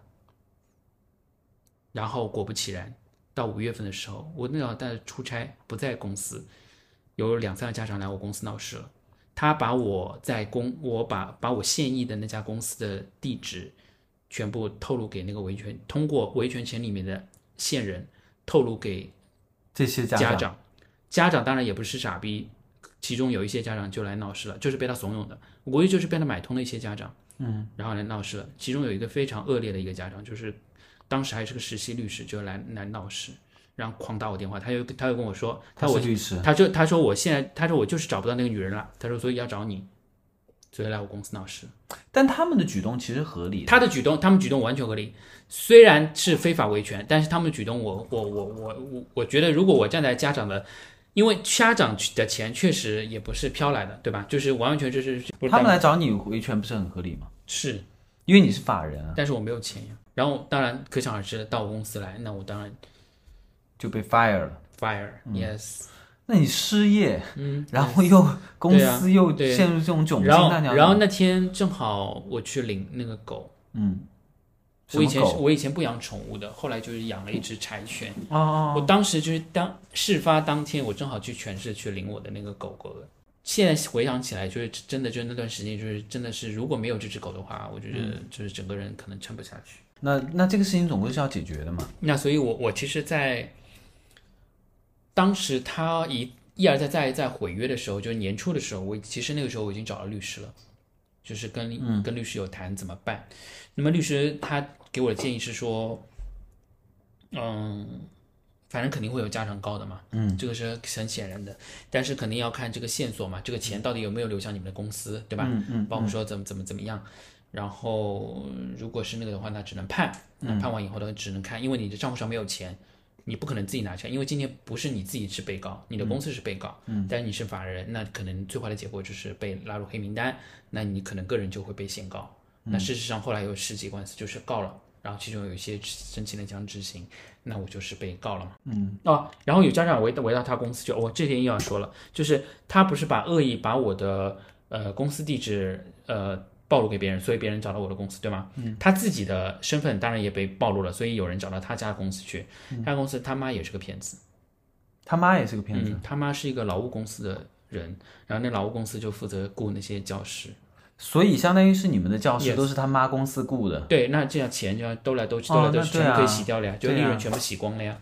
Speaker 2: 然后果不其然，到五月份的时候，我那老大出差不在公司，有两三个家长来我公司闹事了。他把我在公，我把把我现役的那家公司的地址全部透露给那个维权，通过维权群里面的线人透露给
Speaker 1: 这些
Speaker 2: 家
Speaker 1: 长，
Speaker 2: 长，家长当然也不是傻逼，其中有一些家长就来闹事了，就是被他怂恿的。我估计就是被他买通的一些家长，嗯，然后来闹事了。其中有一个非常恶劣的一个家长，就是当时还是个实习律师，就来来闹事，然后狂打我电话，他又他又跟我说，
Speaker 1: 他
Speaker 2: 他我
Speaker 1: 是律师，
Speaker 2: 他就他说我现在他说我就是找不到那个女人了，他说所以要找你，所以来我公司闹事。
Speaker 1: 但他们的举动其实合理的。
Speaker 2: 他的举动，他们举动完全合理，虽然是非法维权，但是他们的举动我，我我我我我觉得，如果我站在家长的，因为家长的钱确实也不是飘来的，对吧？就是完完全全是不是
Speaker 1: 他们来找你维权不是很合理吗？
Speaker 2: 是，
Speaker 1: 因为你是法人啊，
Speaker 2: 但是我没有钱呀。然后当然可想而知，到我公司来，那我当然
Speaker 1: 就被 fire 了。
Speaker 2: fire、yes。
Speaker 1: 嗯那你失业，嗯，然后又公司又
Speaker 2: 对
Speaker 1: 陷入这种窘境，
Speaker 2: 然后
Speaker 1: 那你要
Speaker 2: 然后那天正好我去领那个狗，
Speaker 1: 什
Speaker 2: 我
Speaker 1: 么
Speaker 2: 以前
Speaker 1: 狗
Speaker 2: 是我以前不养宠物的，后来就是养了一只柴犬。
Speaker 1: 哦哦，
Speaker 2: 我当时就是当事发当天，我正好去全市去领我的那个狗狗的。现在回想起来，就是真的，就是那段时间，就是真的是如果没有这只狗的话，我觉
Speaker 1: 嗯
Speaker 2: 得就是整个人可能撑不下去。
Speaker 1: 那那这个事情总归是要解决的嘛。
Speaker 2: 那所以我，我其实，在当时他一一而再再而再毁约的时候，就是年初的时候，我其实那个时候我已经找了律师了，就是跟、跟律师有谈怎么办。那么律师他给我的建议是说，嗯，反正肯定会有家长告的嘛，嗯，这个是很显然的，但是肯定要看这个线索嘛，这个钱到底有没有流向你们的公司，对吧？
Speaker 1: 嗯嗯，
Speaker 2: 包括说怎么怎么怎么样。然后如果是那个的话，那只能判，那判完以后呢，只能看，因为你的账户上没有钱，你不可能自己拿钱，因为今天不是你自己是被告，你的公司是被告，嗯，但是你是法人，那可能最坏的结果就是被拉入黑名单，那你可能个人就会被限告。那事实上后来有十几官司就是告了，然后其中有一些申请了强制执行，那我就是被告了嘛，嗯，哦，然后有家长围围到他公司就，我、这点又要说了，就是他不是把恶意把我的呃公司地址呃暴露给别人，所以别人找到我的公司，对吗？嗯，他自己的身份当然也被暴露了，所以有人找到他家公司去，
Speaker 1: 嗯
Speaker 2: 他家公司他妈也是个骗子，
Speaker 1: 他妈也是个骗子，
Speaker 2: 嗯，他妈是一个劳务公司的人，然后那劳务公司就负责雇那些教师，
Speaker 1: 所以相当于是你们的教师
Speaker 2: Yes
Speaker 1: 都是他妈公司雇的。
Speaker 2: 对，那这样钱就要兜来兜去，
Speaker 1: 哦
Speaker 2: 兜来兜
Speaker 1: 那
Speaker 2: 去，
Speaker 1: 对
Speaker 2: 全部可
Speaker 1: 啊
Speaker 2: 以洗掉了呀，就利
Speaker 1: 对
Speaker 2: 润
Speaker 1: 啊
Speaker 2: 全部洗光了呀。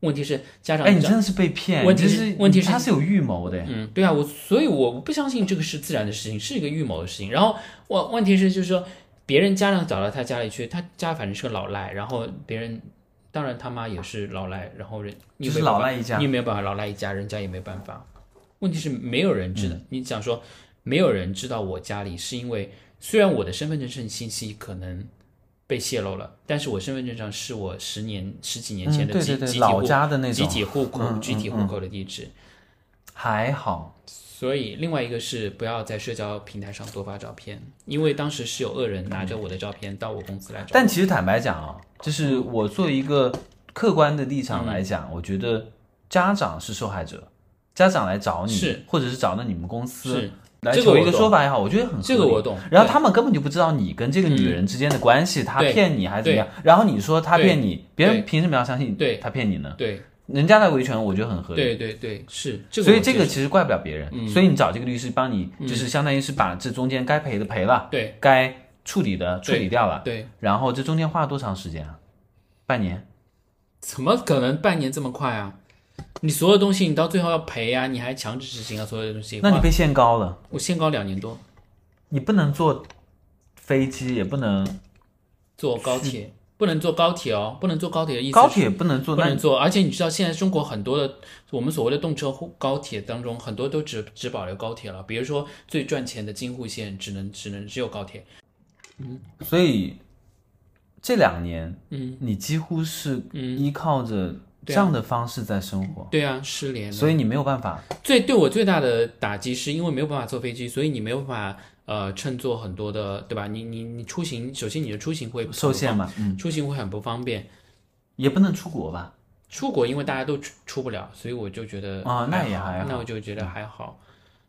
Speaker 2: 问题是家长
Speaker 1: 哎，你
Speaker 2: 找
Speaker 1: 真的是被骗，
Speaker 2: 问题
Speaker 1: 你
Speaker 2: 是
Speaker 1: 这是
Speaker 2: 问题是
Speaker 1: 他是有预谋的。
Speaker 2: 嗯，对啊，我所以我不相信这个是自然的事情，是一个预谋的事情。然后问问题是就是说，别人家长找到他家里去，他家反正是个老赖，然后别人当然他妈也是老赖，然后人
Speaker 1: 就是老赖一家
Speaker 2: 你也没有办法老赖一家，人家也没办法。问题是没有人
Speaker 1: 嗯
Speaker 2: 知道。你讲说没有人知道我家里，是因为虽然我的身份证上信息可能被泄露了，但是我身份证上是我十年十几年前
Speaker 1: 嗯
Speaker 2: 的
Speaker 1: 对
Speaker 2: 集
Speaker 1: 对对
Speaker 2: 集体
Speaker 1: 老
Speaker 2: 户
Speaker 1: 家的那
Speaker 2: 集
Speaker 1: 种
Speaker 2: 体户口、
Speaker 1: 嗯
Speaker 2: 集体
Speaker 1: 嗯
Speaker 2: 户
Speaker 1: 嗯
Speaker 2: 口的地址。
Speaker 1: 还好，
Speaker 2: 所以，另外一个是不要在社交平台上多发照片，因为当时是有恶人拿着我的照片到我公司来找我。
Speaker 1: 但其实坦白讲啊，就是我作为一个客观的立场
Speaker 2: 嗯
Speaker 1: 来讲，我觉得家长是受害者，家长来找你，
Speaker 2: 是
Speaker 1: 或者是找到你们公司
Speaker 2: 是
Speaker 1: 来
Speaker 2: 这个
Speaker 1: 求一
Speaker 2: 我
Speaker 1: 个
Speaker 2: 懂
Speaker 1: 说法也好，我觉得很合理
Speaker 2: 这个我懂。
Speaker 1: 然后
Speaker 2: 对嗯
Speaker 1: 他们根本就不知道你跟这个女人之间的关系，他
Speaker 2: 对
Speaker 1: 骗你还是怎么样？然后你说他骗你，别
Speaker 2: 对
Speaker 1: 人凭什么要相信
Speaker 2: 对
Speaker 1: 他骗你呢？
Speaker 2: 对
Speaker 1: 人家来维权，我觉得很合理。
Speaker 2: 对对对，是这个
Speaker 1: 所
Speaker 2: 我接
Speaker 1: 以
Speaker 2: 受。嗯
Speaker 1: 这个其实怪不了别人，所以你找这个律师帮你，就是相当于是把这中间该赔的赔了，
Speaker 2: 对
Speaker 1: 该处理的处理掉了，
Speaker 2: 对，
Speaker 1: 然后这中间花了多长时间啊？半年？
Speaker 2: 怎么可能半年这么快啊？你所有东西你到最后要赔啊，你还强制执行啊，所有的东西。
Speaker 1: 那你
Speaker 2: 哇
Speaker 1: 被限高了，
Speaker 2: 我限高两年多，
Speaker 1: 你不能坐飞机，也不能
Speaker 2: 坐高铁不能坐高铁哦，不能坐高铁的意思是
Speaker 1: 高铁不能坐，
Speaker 2: 不
Speaker 1: 那
Speaker 2: 能坐，而且你知道现在中国很多的我们所谓的动车或高铁当中，很多都只只保留高铁了。比如说最赚钱的京沪线，只能只能只有高铁。
Speaker 1: 所以这两年，
Speaker 2: 嗯，
Speaker 1: 你几乎是
Speaker 2: 嗯
Speaker 1: 依靠着这样的方式在生活，
Speaker 2: 对啊，失联了。
Speaker 1: 所以你没有办法。
Speaker 2: 最对我最大的打击是因为没有办法坐飞机，所以你没有办法呃乘坐很多的，对吧？你你你出行，首先你的出行会
Speaker 1: 受限
Speaker 2: 嘛，
Speaker 1: 嘛，嗯，
Speaker 2: 出行会很不方便。
Speaker 1: 也不能出国吧？
Speaker 2: 出国因为大家都出出不了，所以我就觉得
Speaker 1: 啊那也
Speaker 2: 好
Speaker 1: 还好嗯
Speaker 2: 那我就觉得还好。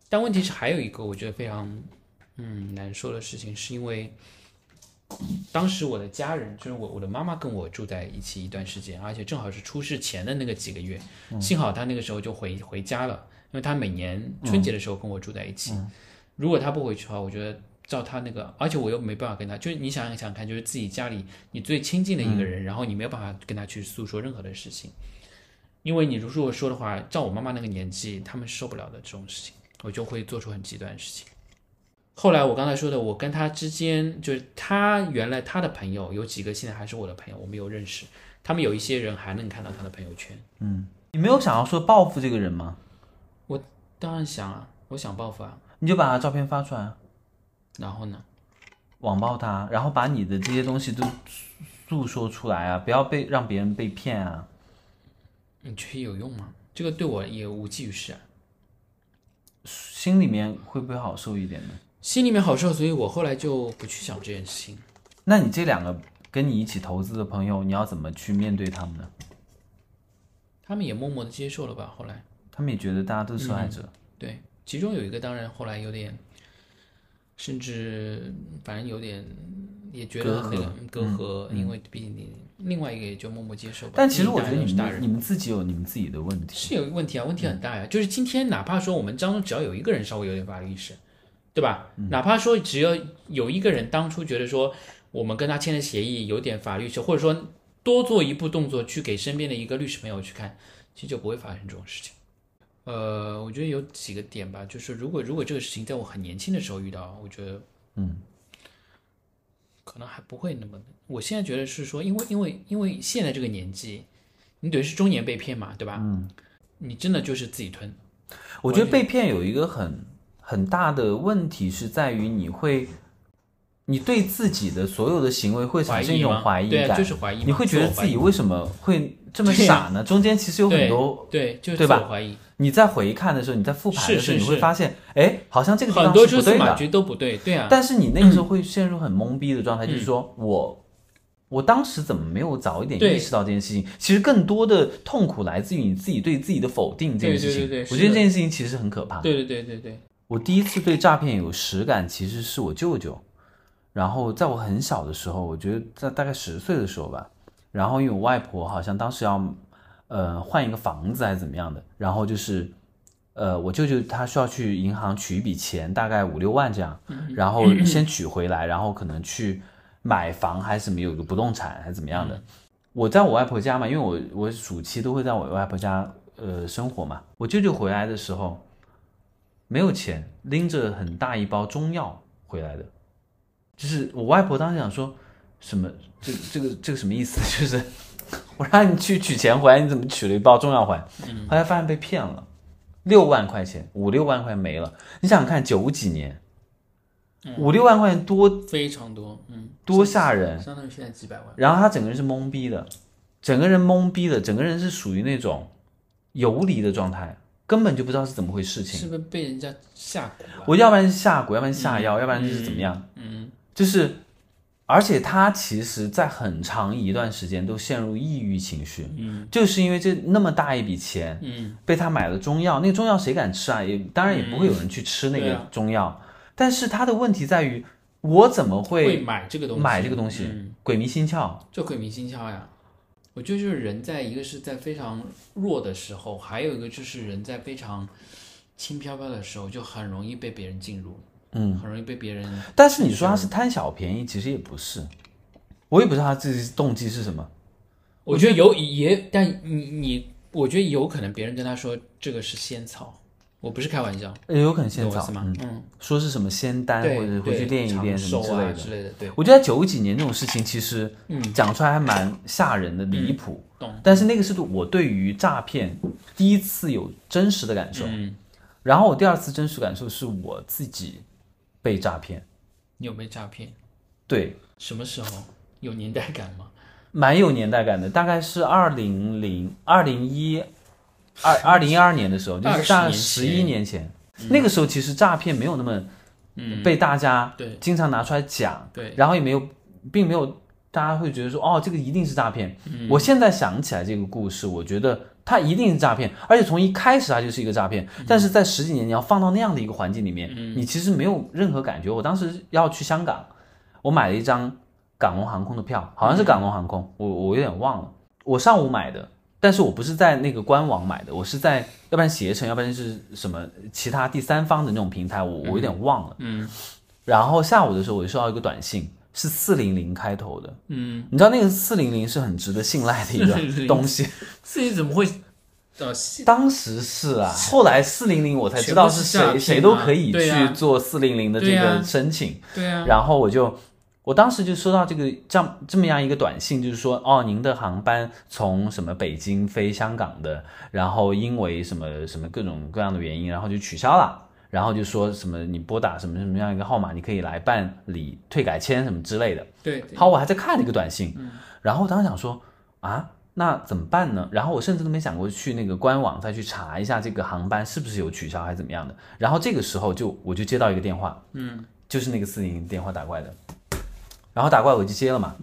Speaker 2: 但问题是还有一个我觉得非常嗯难受的事情，是因为当时我的家人，就是我我的妈妈跟我住在一起一段时间，而且正好是出事前的那个几个月，
Speaker 1: 嗯
Speaker 2: 幸好她那个时候就回回家了，因为她每年春节的时候跟我住在一
Speaker 1: 嗯
Speaker 2: 起。如果她不回去的话，我觉得。照她那个，而且我又没办法跟她，就是你想一想看，就是自己家里你最亲近的
Speaker 1: 嗯
Speaker 2: 一个人，然后你没有办法跟她去诉说任何的事情。因为你如果说的话，照我妈妈那个年纪，他们是受不了的这种事情，我就会做出很极端的事情。后来我刚才说的，我跟他之间，就是他原来他的朋友有几个，现在还是我的朋友，我们有认识，他们有一些人还能看到他的朋友圈。
Speaker 1: 你没有想要说报复这个人吗？
Speaker 2: 当然想啊，我想报复啊，
Speaker 1: 你就把他照片发出来啊，
Speaker 2: 然后呢？
Speaker 1: 网暴他，然后把你的这些东西都诉说出来啊，不要被让别人被骗啊。
Speaker 2: 你觉得有用吗？这个对我也无济于事啊，
Speaker 1: 心里面会不会好受一点呢？
Speaker 2: 心里面好受，所以我后来就不去想这件事情。
Speaker 1: 那你这两个跟你一起投资的朋友，你要怎么去面对他们呢？
Speaker 2: 他们也默默的接受了吧？后来。
Speaker 1: 他们也觉得大家都是受害者，
Speaker 2: 对，其中有一个当然后来有点，甚至反正有点也觉得
Speaker 1: 隔
Speaker 2: 那
Speaker 1: 阂嗯
Speaker 2: 个隔阂，因为毕竟你另外一个也就默默接受吧。
Speaker 1: 但其实
Speaker 2: 毕竟
Speaker 1: 我
Speaker 2: 大
Speaker 1: 觉
Speaker 2: 家
Speaker 1: 得
Speaker 2: 都
Speaker 1: 你
Speaker 2: 是大
Speaker 1: 们
Speaker 2: 人
Speaker 1: 你们自己有你们自己的问题。
Speaker 2: 是有问题啊，问题很大呀、就是今天哪怕说我们当中只要有一个人稍微有点法律意识，对吧？哪怕说只要有一个人当初觉得说我们跟他签的协议有点法律意识，或者说多做一步动作去给身边的一个律师朋友去看，其实就不会发生这种事情。呃，我觉得有几个点吧，就是如果如果这个事情在我很年轻的时候遇到，我觉得，嗯，可能还不会那么。我现在觉得是说，因为因为因为现在这个年纪，你等于是中年被骗嘛，对吧？你真的就是自己吞。
Speaker 1: 我觉得被骗有一个很很大的问题是在于你会，你对自己的所有的行为会产生一种怀疑
Speaker 2: 对
Speaker 1: 感，
Speaker 2: 啊，就是怀疑嘛，
Speaker 1: 你会觉得自己为什么会这么傻 呢？中间其实有
Speaker 2: 自我怀疑
Speaker 1: 很多
Speaker 2: 对对，就是
Speaker 1: 对
Speaker 2: 自
Speaker 1: 吧
Speaker 2: 我怀疑，
Speaker 1: 你在回看的时候，你在复盘的时候，
Speaker 2: 是是
Speaker 1: 你会发现，哎，好像这个地
Speaker 2: 很
Speaker 1: 方
Speaker 2: 多
Speaker 1: 是
Speaker 2: 蛛
Speaker 1: 不
Speaker 2: 丝
Speaker 1: 对
Speaker 2: 马
Speaker 1: 的。
Speaker 2: 迹都不对，对啊，嗯
Speaker 1: 但是你那个时候会陷入很懵逼的状态，就是说我我当时怎么没有早一点
Speaker 2: 对
Speaker 1: 意识到这件事情？其实更多的痛苦来自于你自己对自己的否定这件事情。
Speaker 2: 对对对对是的
Speaker 1: 我觉得这件事情其实很可怕。
Speaker 2: 对对对对对，
Speaker 1: 我第一次对诈骗有实感，其实是我舅舅。然后在我很小的时候，我觉得在大概十岁的时候吧，然后因为我外婆好像当时要，呃，换一个房子还是怎么样的，然后就是，呃，我舅舅他需要去银行取一笔钱，大概五六万这样，然后先取回来，然后可能去买房还是什么，有个不动产还是怎么样的。我在我外婆家嘛，因为我我暑期都会在我外婆家呃生活嘛，我舅舅回来的时候，没有钱，拎着很大一包中药回来的。就是我外婆当时想说，什么这这个这个什么意思？ 就是我让你去取钱回来，你怎么取了一包中药回来？后来发现被骗了。六万块钱，五六万块没了。你想想看，九几年，五六万块钱多
Speaker 2: 非常多，嗯，
Speaker 1: 多吓人。
Speaker 2: 相当于现在几百万。
Speaker 1: 然后他整个人是懵逼的，整个人懵逼的，整个人是属于那种游离的状态，根本就不知道是怎么回事情。
Speaker 2: 是不是被人家吓唬了？
Speaker 1: 我要不然是下蛊，要不然是下药，要不然就是怎么样？
Speaker 2: 嗯，
Speaker 1: 就是，而且他其实在很长一段时间都陷入抑郁情绪，
Speaker 2: 嗯，
Speaker 1: 就是因为这那么大一笔钱
Speaker 2: 嗯
Speaker 1: 被他买了中药，那个中药谁敢吃啊？也当然也不会有人去吃那
Speaker 2: 对
Speaker 1: 个
Speaker 2: 啊
Speaker 1: 中药，但是他的问题在于，我怎么
Speaker 2: 嗯，
Speaker 1: 会
Speaker 2: 买这个东西，
Speaker 1: 买这个东西？
Speaker 2: 嗯
Speaker 1: 鬼迷心窍，
Speaker 2: 就鬼迷心窍呀。我觉得就是人在一个是在非常弱的时候，还有一个就是人在非常轻飘飘的时候，就很容易被别人进入，
Speaker 1: 嗯。
Speaker 2: 很容易被别人。
Speaker 1: 但是你说他
Speaker 2: 啊
Speaker 1: 是贪小便宜，其实也不是，我也不知道他自己动机是什么。
Speaker 2: 我觉得有也，但你你，我觉得有可能别人跟他说这个是仙草，我不是开玩笑，
Speaker 1: 也哎有可能现
Speaker 2: 啊懂我意
Speaker 1: 早
Speaker 2: 思，吗？
Speaker 1: 嗯，
Speaker 2: 嗯，
Speaker 1: 说是什么仙丹，
Speaker 2: 对，
Speaker 1: 或者回去
Speaker 2: 对
Speaker 1: 练一练什么
Speaker 2: 长
Speaker 1: 之
Speaker 2: 寿
Speaker 1: 类
Speaker 2: 啊
Speaker 1: 的。
Speaker 2: 之类的，对，
Speaker 1: 我觉得九几年这种事情其实
Speaker 2: 嗯
Speaker 1: 讲出来还蛮吓人的，离谱。
Speaker 2: 懂
Speaker 1: 但是那个是我对于诈骗第一次有真实的感受，
Speaker 2: 嗯，
Speaker 1: 然后我第二次真实感受是我自己被诈骗，
Speaker 2: 你有被诈骗？
Speaker 1: 对，
Speaker 2: 什么时候有年代感吗？
Speaker 1: 蛮有年代感的，大概是二零零二零一二二零一二年的时候，就是大概
Speaker 2: 20
Speaker 1: 十
Speaker 2: 年
Speaker 1: 一
Speaker 2: 前
Speaker 1: 年前，那个时候其实诈骗没有那么
Speaker 2: 嗯，
Speaker 1: 被大家
Speaker 2: 对
Speaker 1: 经常拿出来讲，
Speaker 2: 对，
Speaker 1: 然后也没有，并没有大家会觉得说哦，这个一定是诈骗。
Speaker 2: 嗯
Speaker 1: 我现在想起来这个故事，我觉得它一定是诈骗，而且从一开始它就是一个诈
Speaker 2: 嗯
Speaker 1: 骗。但是在十几年你要放到那样的一个环境里面，你其实没有任何感觉。我当时要去香港，我买了一张港龙航空的票，好
Speaker 2: 嗯
Speaker 1: 像是港龙航空，我我有点忘了，我上午买的。但是我不是在那个官网买的，我是在要不然携程，要不然是什么其他第三方的那种平台，我我有点忘了。
Speaker 2: 嗯
Speaker 1: 然后下午的时候，我就收到一个短信，是四零零开头的。
Speaker 2: 嗯，
Speaker 1: 你知道那个四零零是很值得信赖的一 个
Speaker 2: 400
Speaker 1: 东西。
Speaker 2: 自己怎么会呃信
Speaker 1: 当时是啊，后来四零零我才知道是谁，
Speaker 2: 全部是诈骗啊
Speaker 1: 谁都可以
Speaker 2: 对
Speaker 1: 去
Speaker 2: 啊
Speaker 1: 做四零零的这
Speaker 2: 对
Speaker 1: 个
Speaker 2: 啊
Speaker 1: 申请。
Speaker 2: 对啊，
Speaker 1: 然后我就，我当时就收到这个这样这么样一个短信，就是说，哦，您的航班从什么北京飞香港的，然后因为什么什么各种各样的原因，然后就取消了。然后就说什么你拨打什么什么样一个号码，你可以来办理退改签什么之类的。
Speaker 2: 对，对嗯
Speaker 1: 好，我还在看这个短信，然后我当时想说啊，那怎么办呢？然后我甚至都没想过去那个官网再去查一下这个航班是不是有取消还是怎么样的。然后这个时候就我就接到一个电话，
Speaker 2: 嗯，
Speaker 1: 就是那个四零零电话打过来的，然后打过来我就接了嘛，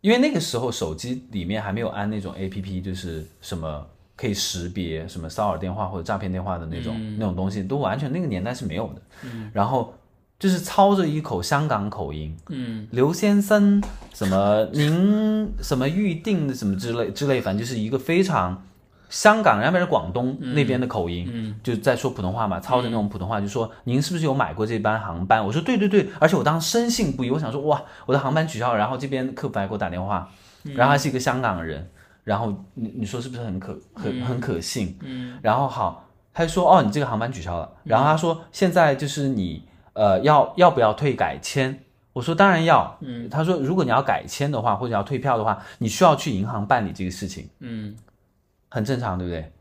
Speaker 1: 因为那个时候手机里面还没有安那种 A P P，就是什么。可以识别什么骚扰电话或者诈骗电话的那种、
Speaker 2: 嗯
Speaker 1: 那种东西，都完全那个年代是没有的。嗯、然后就是操着一口香港口音，
Speaker 2: 嗯
Speaker 1: 刘先生什么您什么预定的什么之类之类，反正就是一个非常香港，然后是广东那边的口音，
Speaker 2: 嗯
Speaker 1: 就在说普通话嘛，操着那种普通话就说您是不是有买过这班航班？我说对对
Speaker 2: 嗯
Speaker 1: 对，而且我当时深信不疑，我想说哇，我的航班取消了，然后这边客服还给我打电话，
Speaker 2: 嗯
Speaker 1: 然后他是一个香港人，然后你你说是不是很可很很可信？
Speaker 2: 嗯
Speaker 1: 然后好，他就说哦，你这个航班取消了。然后他说现在就是你呃要要不要退改签？我说当然要。
Speaker 2: 嗯，
Speaker 1: 他说如果你要改签的话，或者要退票的话，你需要去银行办理这个事情，
Speaker 2: 嗯
Speaker 1: 很正常，对不对？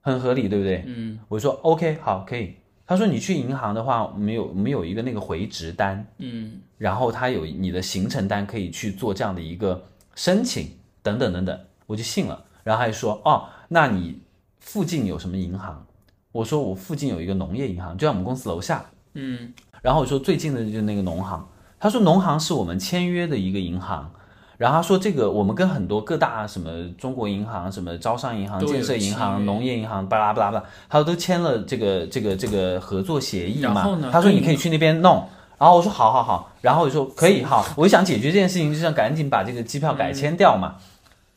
Speaker 1: 很合理，对不对？
Speaker 2: 嗯
Speaker 1: 我说 OK，好，可以。他说你去银行的话，我们有我们有一个那个回执单，
Speaker 2: 嗯
Speaker 1: 然后他有你的行程单可以去做这样的一个申请，等等等等，我就信了。然后他就说，哦，那你附近有什么银行？我说我附近有一个农业银行，就在我们公司楼下。
Speaker 2: 嗯
Speaker 1: 然后我说最近的就是那个农行，他说农行是我们签约的一个银行。然后他说这个我们跟很多各大什么中国银行、什么招商银行、
Speaker 2: 都有
Speaker 1: 建设银
Speaker 2: 签
Speaker 1: 行、
Speaker 2: 约
Speaker 1: 农业银行，巴拉巴拉巴拉，他说都签了这个这个这个合作协议
Speaker 2: 然后
Speaker 1: 嘛
Speaker 2: 呢。
Speaker 1: 他说你可以去那边弄。然后我说好好好，然后我说 可以好，我就想解决这件事情，就想赶紧把这个机票改签掉嘛。
Speaker 2: 嗯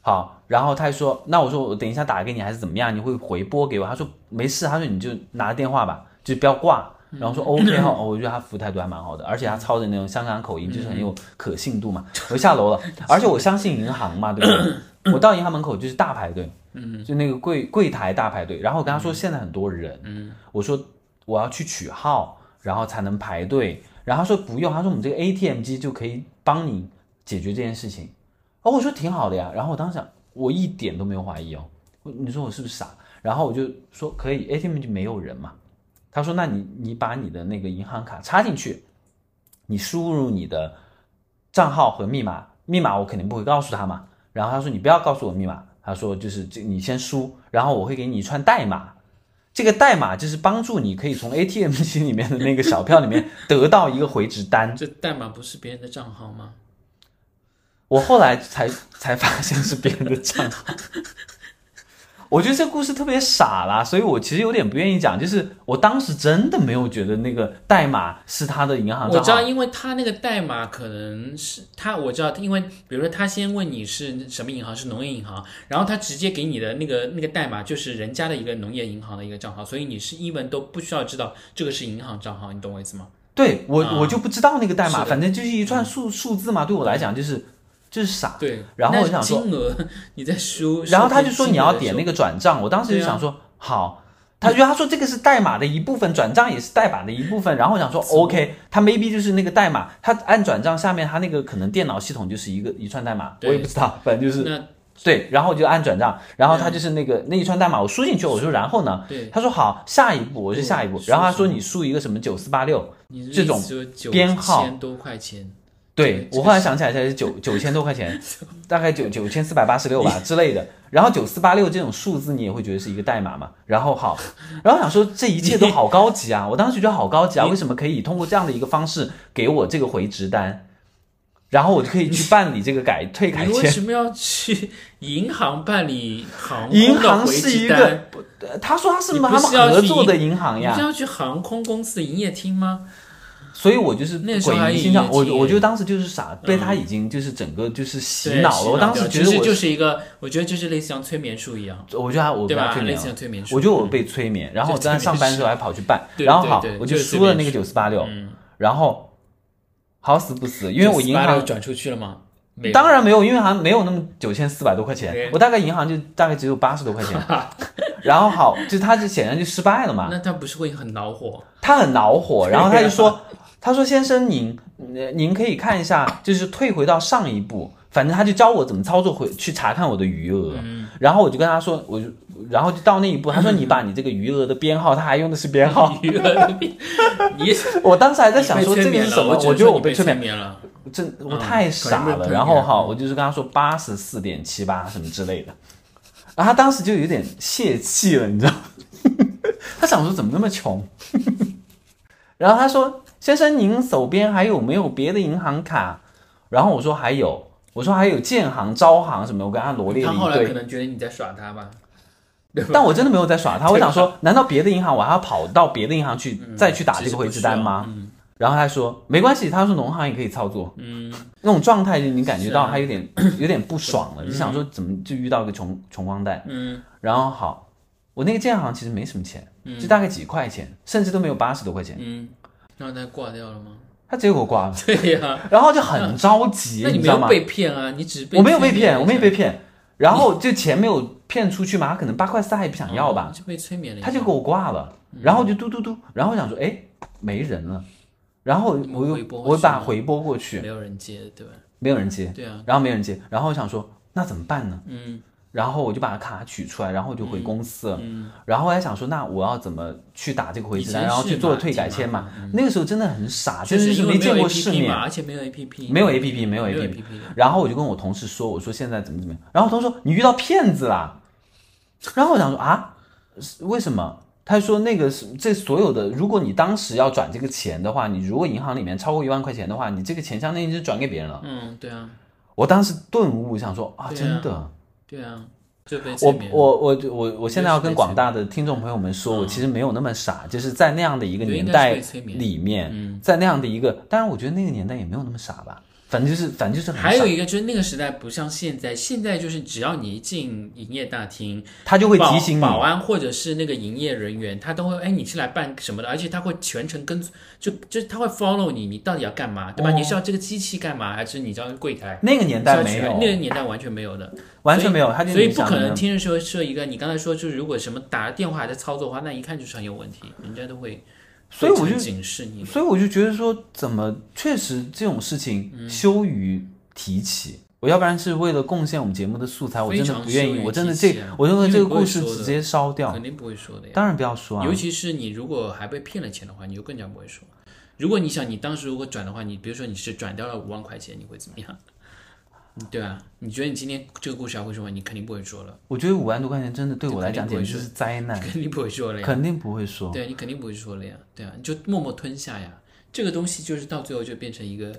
Speaker 1: 好，然后他还说，那我说我等一下打给你还是怎么样？你会回拨给我？他说没事，他说你就拿电话吧，就不要挂。
Speaker 2: 嗯
Speaker 1: 然后说 OK 哈、哦我觉得他服务态度还蛮好的，而且他操着那种香港口音，就是很有可信度 嘛。我就下楼了，而且我相信银行嘛，对不对？我到银行门口就是大排队，嗯，就那个柜柜台大排队。然后我跟他说现在很多人，嗯，我说我要去取号，然后才能排队。然后他说不用，他说我们这个 ATM 机就可以帮你解决这件事情。哦，我说挺好的呀。然后我当时想，我一点都没有怀疑哦。我你说我是不是傻？然后我就说可以，ATM 就没有人嘛。他说那你你把你的那个银行卡插进去，你输入你的账号和密码，密码我肯定不会告诉他嘛。然后他说你不要告诉我密码，他说就是这你先输，然后我会给你一串代码。这个代码就是帮助你可以从 ATM 机里面的那个小票里面得到一个回执单。
Speaker 2: 这代码不是别人的账号吗？
Speaker 1: 我后来才才发现是别人的账号。我觉得这故事特别傻啦，所以我其实有点不愿意讲。就是我当时真的没有觉得那个代码是他的银行
Speaker 2: 我
Speaker 1: 账
Speaker 2: 知道，
Speaker 1: 号。
Speaker 2: 因为他那个代码可能是他，我知道，因为比如说他先问你是什么银行，是农业银行，然后他直接给你的那个那个代码就是人家的一个农业银行的一个账号，所以你是一文都不需要知道这个是银行账号，你懂我意思吗？
Speaker 1: 对我、
Speaker 2: 啊
Speaker 1: 我就不知道那个代
Speaker 2: 是
Speaker 1: 码，
Speaker 2: 的嗯
Speaker 1: 反正就是一串数数字嘛，对我来讲就是就是傻。
Speaker 2: 对。
Speaker 1: 然后我
Speaker 2: 那
Speaker 1: 就想说
Speaker 2: 金额 你在输，
Speaker 1: 然后他就
Speaker 2: 输
Speaker 1: 说
Speaker 2: 进
Speaker 1: 你
Speaker 2: 去的
Speaker 1: 要
Speaker 2: 时
Speaker 1: 点
Speaker 2: 候
Speaker 1: 那个转账，我当时就
Speaker 2: 对啊
Speaker 1: 想说好，他就他说这个是代码的一部分，转账也是代码的一部分，然后我想说 OK，他 maybe 就是那个代码，他按转账下面他那个可能电脑系统就是一个一串代码，我
Speaker 2: 对
Speaker 1: 也不知道，反正就是
Speaker 2: 那
Speaker 1: 对，然后我就按转账，然后他
Speaker 2: 嗯
Speaker 1: 就是那个那一串代码我输进去，我说然后呢？
Speaker 2: 对，
Speaker 1: 他说好，下一步我是
Speaker 2: 对
Speaker 1: 下一步，
Speaker 2: 输
Speaker 1: 然后他
Speaker 2: 什
Speaker 1: 说
Speaker 2: 么
Speaker 1: 你输一个什么九四八六，
Speaker 2: 你
Speaker 1: 这种 编号
Speaker 2: 千多块钱，
Speaker 1: 对
Speaker 2: 对
Speaker 1: 我后来想起来才 是九九千多块钱，大概九九千四百八十六吧之类的。然后九四八六这种数字你也会觉得是一个代码嘛？然后 好，然后想说这一切都好高级啊！我当时觉得好高级啊，为什么可以通过这样的一个方式给我这个回执 单，然后我就可以去办理这个改退改
Speaker 2: 你为
Speaker 1: 签？
Speaker 2: 什么要去银行办理航
Speaker 1: 银
Speaker 2: 空的
Speaker 1: 行
Speaker 2: 回
Speaker 1: 是一
Speaker 2: 执
Speaker 1: 个
Speaker 2: 单？
Speaker 1: 呃他说他是
Speaker 2: 你
Speaker 1: 他
Speaker 2: 不
Speaker 1: 们
Speaker 2: 是要
Speaker 1: 合
Speaker 2: 去
Speaker 1: 作
Speaker 2: 银
Speaker 1: 的银行
Speaker 2: 你
Speaker 1: 呀
Speaker 2: 不是，要去航空公司的营业厅吗？
Speaker 1: 所以我就是
Speaker 2: 那时候
Speaker 1: 鬼
Speaker 2: 还
Speaker 1: 迷
Speaker 2: 有
Speaker 1: 心窍，我
Speaker 2: 一
Speaker 1: 就
Speaker 2: 些
Speaker 1: 我就当时就是傻，被他已经就是整个就是洗
Speaker 2: 嗯对
Speaker 1: 脑了。我当
Speaker 2: 掉
Speaker 1: 时觉
Speaker 2: 其
Speaker 1: 得
Speaker 2: 实
Speaker 1: 我
Speaker 2: 就是一个，我觉得就是类似像催眠术一样，
Speaker 1: 我觉得他啊我
Speaker 2: 对
Speaker 1: 被他
Speaker 2: 吧？
Speaker 1: 催
Speaker 2: 类
Speaker 1: 眠了
Speaker 2: 似像催眠术。
Speaker 1: 我觉得我被催眠，然后我
Speaker 2: 嗯就催
Speaker 1: 在
Speaker 2: 眠
Speaker 1: 上班的时候还跑去办，
Speaker 2: 对
Speaker 1: 然后好
Speaker 2: 对对，
Speaker 1: 我就
Speaker 2: 就是
Speaker 1: 输了那个
Speaker 2: 催
Speaker 1: 九四八六，
Speaker 2: 嗯，
Speaker 1: 然后好死不死，因为我银
Speaker 2: 948
Speaker 1: 行
Speaker 2: 转出去了吗？没有
Speaker 1: 当然没有，因为好像没有那么九千四百多块钱
Speaker 2: 对，
Speaker 1: 我大概银行就大概只有八十多块 钱，然后好，就他就显然就失败了嘛，
Speaker 2: 那他不是会很恼 火？
Speaker 1: 他很恼 火，然后他就
Speaker 2: 对
Speaker 1: 说：“他说先生您，呃您可以看一下，就是退回到上一步，反正他就教我怎么操作回去查看我的余额。
Speaker 2: 嗯
Speaker 1: 然后我就跟他说，我就然后就到那一步， 他说你把你这个余额的编号，他还用的是编号。
Speaker 2: 余额的变你
Speaker 1: 我当时还在想说
Speaker 2: 你
Speaker 1: 这个
Speaker 2: 被催眠
Speaker 1: 是
Speaker 2: 了
Speaker 1: 什么，
Speaker 2: 我
Speaker 1: 我觉得我
Speaker 2: 被
Speaker 1: 被催眠，
Speaker 2: 眠了。
Speaker 1: 这我
Speaker 2: 嗯
Speaker 1: 太
Speaker 2: 可
Speaker 1: 傻
Speaker 2: 能被
Speaker 1: 了。
Speaker 2: 催
Speaker 1: 然后
Speaker 2: 眠
Speaker 1: 哈，我就是跟他说八十四点七八什么之类的，然后他当时就有点泄气了，你知道吗。 他想说怎么那么穷， 然后他说：“先生，您手边还有没有别的银行卡？”然后我说：“还有。”我说：“还有建行、招行什么的。”我跟他罗列了
Speaker 2: 他后
Speaker 1: 一
Speaker 2: 来可
Speaker 1: 堆，
Speaker 2: 能觉得你在耍他吧，
Speaker 1: 但我真的没有在耍他。我
Speaker 2: 对吧
Speaker 1: 想说，难道别的银行我还要跑到别的银行去再去打这个回执单吗？
Speaker 2: 嗯
Speaker 1: 然后他说：“没关系，他说农行也可以操作。”
Speaker 2: 嗯，
Speaker 1: 那种状态就你感觉到
Speaker 2: 是啊
Speaker 1: 他有 点有点不爽了，就想说怎么就遇到个穷穷光蛋。
Speaker 2: 嗯，
Speaker 1: 然后好，我那个建行其实没什么钱，就大概几块钱，甚至都没有八十多块钱。
Speaker 2: 嗯，然后他挂掉了吗？
Speaker 1: 他直接给我挂了。
Speaker 2: 对呀、
Speaker 1: 然后就很着急，
Speaker 2: 嗯那你
Speaker 1: 知
Speaker 2: 没
Speaker 1: 道
Speaker 2: 有
Speaker 1: 吗？
Speaker 2: 被骗啊，你只是被
Speaker 1: 我没有被
Speaker 2: 催
Speaker 1: 骗，
Speaker 2: 眠
Speaker 1: 我没有
Speaker 2: 了一
Speaker 1: 被
Speaker 2: 下
Speaker 1: 骗。然后就钱没有骗出去嘛，他可能八块四他也不想要吧，
Speaker 2: 就被催眠了一下。
Speaker 1: 他就给我挂了。然后我就嘟嘟嘟，然后我想说，哎，没人了。然后
Speaker 2: 你们
Speaker 1: 我
Speaker 2: 回
Speaker 1: 又
Speaker 2: 拨
Speaker 1: 我又
Speaker 2: 是
Speaker 1: 把
Speaker 2: 吗
Speaker 1: 回拨过去，
Speaker 2: 没有人接，对吧？
Speaker 1: 没有人接，
Speaker 2: 对啊，
Speaker 1: 然后没有人接，然后我想说那怎么办呢？
Speaker 2: 嗯
Speaker 1: 然后我就把卡取出来，然后我就回公司了。
Speaker 2: 嗯，
Speaker 1: 然后我还想说，那我要怎么去打这个回执单，
Speaker 2: 以前
Speaker 1: 然后
Speaker 2: 是
Speaker 1: 去做
Speaker 2: 嘛
Speaker 1: 退改签嘛？那个时候真的很傻，真
Speaker 2: 就
Speaker 1: 的
Speaker 2: 是
Speaker 1: 啊是
Speaker 2: 因为
Speaker 1: 见
Speaker 2: 有
Speaker 1: 过
Speaker 2: APP
Speaker 1: 世面
Speaker 2: 嘛，，而且没有 APP，
Speaker 1: 没有 APP 没有 APP
Speaker 2: APP 的。
Speaker 1: 然后我就跟我同事说，我说现在怎么怎么样，然后他说你遇到骗子啦，然后我想说啊，是为什么？他说那个是这所有的，如果你当时要转这个钱的话，你如果银行里面超过一万块钱的话，你这个钱相当于是转给别人了。
Speaker 2: 嗯，对啊，
Speaker 1: 我当时顿悟，想说啊，
Speaker 2: 对啊
Speaker 1: 真的，
Speaker 2: 对啊，就被催
Speaker 1: 我
Speaker 2: 眠了。
Speaker 1: 我我我我现在要跟广大的听众朋友们说，我
Speaker 2: 嗯
Speaker 1: 其实没有那么傻，就是在那样的一个
Speaker 2: 对
Speaker 1: 年
Speaker 2: 应该
Speaker 1: 代
Speaker 2: 是被催眠嗯
Speaker 1: 里面，在那样的一个，当然我觉得那个年代也没有那么傻吧，反正就是反正就是
Speaker 2: 还
Speaker 1: 很
Speaker 2: 有
Speaker 1: 傻，
Speaker 2: 一个就是那个时代不像现在，现在就是只要你一进营业大厅，
Speaker 1: 他就会
Speaker 2: 保
Speaker 1: 提醒你
Speaker 2: 保安或者是那个营业人员，他都会哎，你是来办什么的？而且他会全程跟，就就是他会 follow 你，你到底要干嘛，对吧？
Speaker 1: 哦
Speaker 2: 你是要这个机器干嘛，还是你要柜台？
Speaker 1: 那个年代没
Speaker 2: 是
Speaker 1: 有
Speaker 2: 要，去那个年代完全没有的，
Speaker 1: 完全没有，他就
Speaker 2: 所以
Speaker 1: 你
Speaker 2: 不
Speaker 1: 想
Speaker 2: 可
Speaker 1: 的
Speaker 2: 能
Speaker 1: 那
Speaker 2: 听着说说一个，你刚才说就是如果什么打电话还在操作的话，那一看就是很有问题，人家都会，
Speaker 1: 所以我
Speaker 2: 会
Speaker 1: 就
Speaker 2: 警示你
Speaker 1: 样，。
Speaker 2: 嗯
Speaker 1: 所以我就觉得说，怎么确实这种事情羞于提起。我要不然是为了贡献我们节目的素材，我真的不愿
Speaker 2: 非
Speaker 1: 意，
Speaker 2: 常
Speaker 1: 我真的这
Speaker 2: 羞于提起啊，
Speaker 1: 我认为这个故事
Speaker 2: 因为不会说的
Speaker 1: 直接烧掉
Speaker 2: 肯，定不会说的呀。
Speaker 1: 当然不要说啊
Speaker 2: 尤。其是你如果还被骗了钱的话，你就更加不会说。如果你想你当时如果转的话，你比如说你是转掉了五万块钱，你会怎么样？对啊，你觉得你今天这个故事还会说吗？你肯定不会说了，
Speaker 1: 我觉得五万多块钱真的对
Speaker 2: 这
Speaker 1: 我来
Speaker 2: 肯定
Speaker 1: 讲
Speaker 2: 不会
Speaker 1: 简直就是灾难，
Speaker 2: 肯定不会说了呀。
Speaker 1: 肯定不会说。
Speaker 2: 对啊，你肯定不会说了呀。对啊，你就默默吞下呀。这个东西就是到最后就变成一个，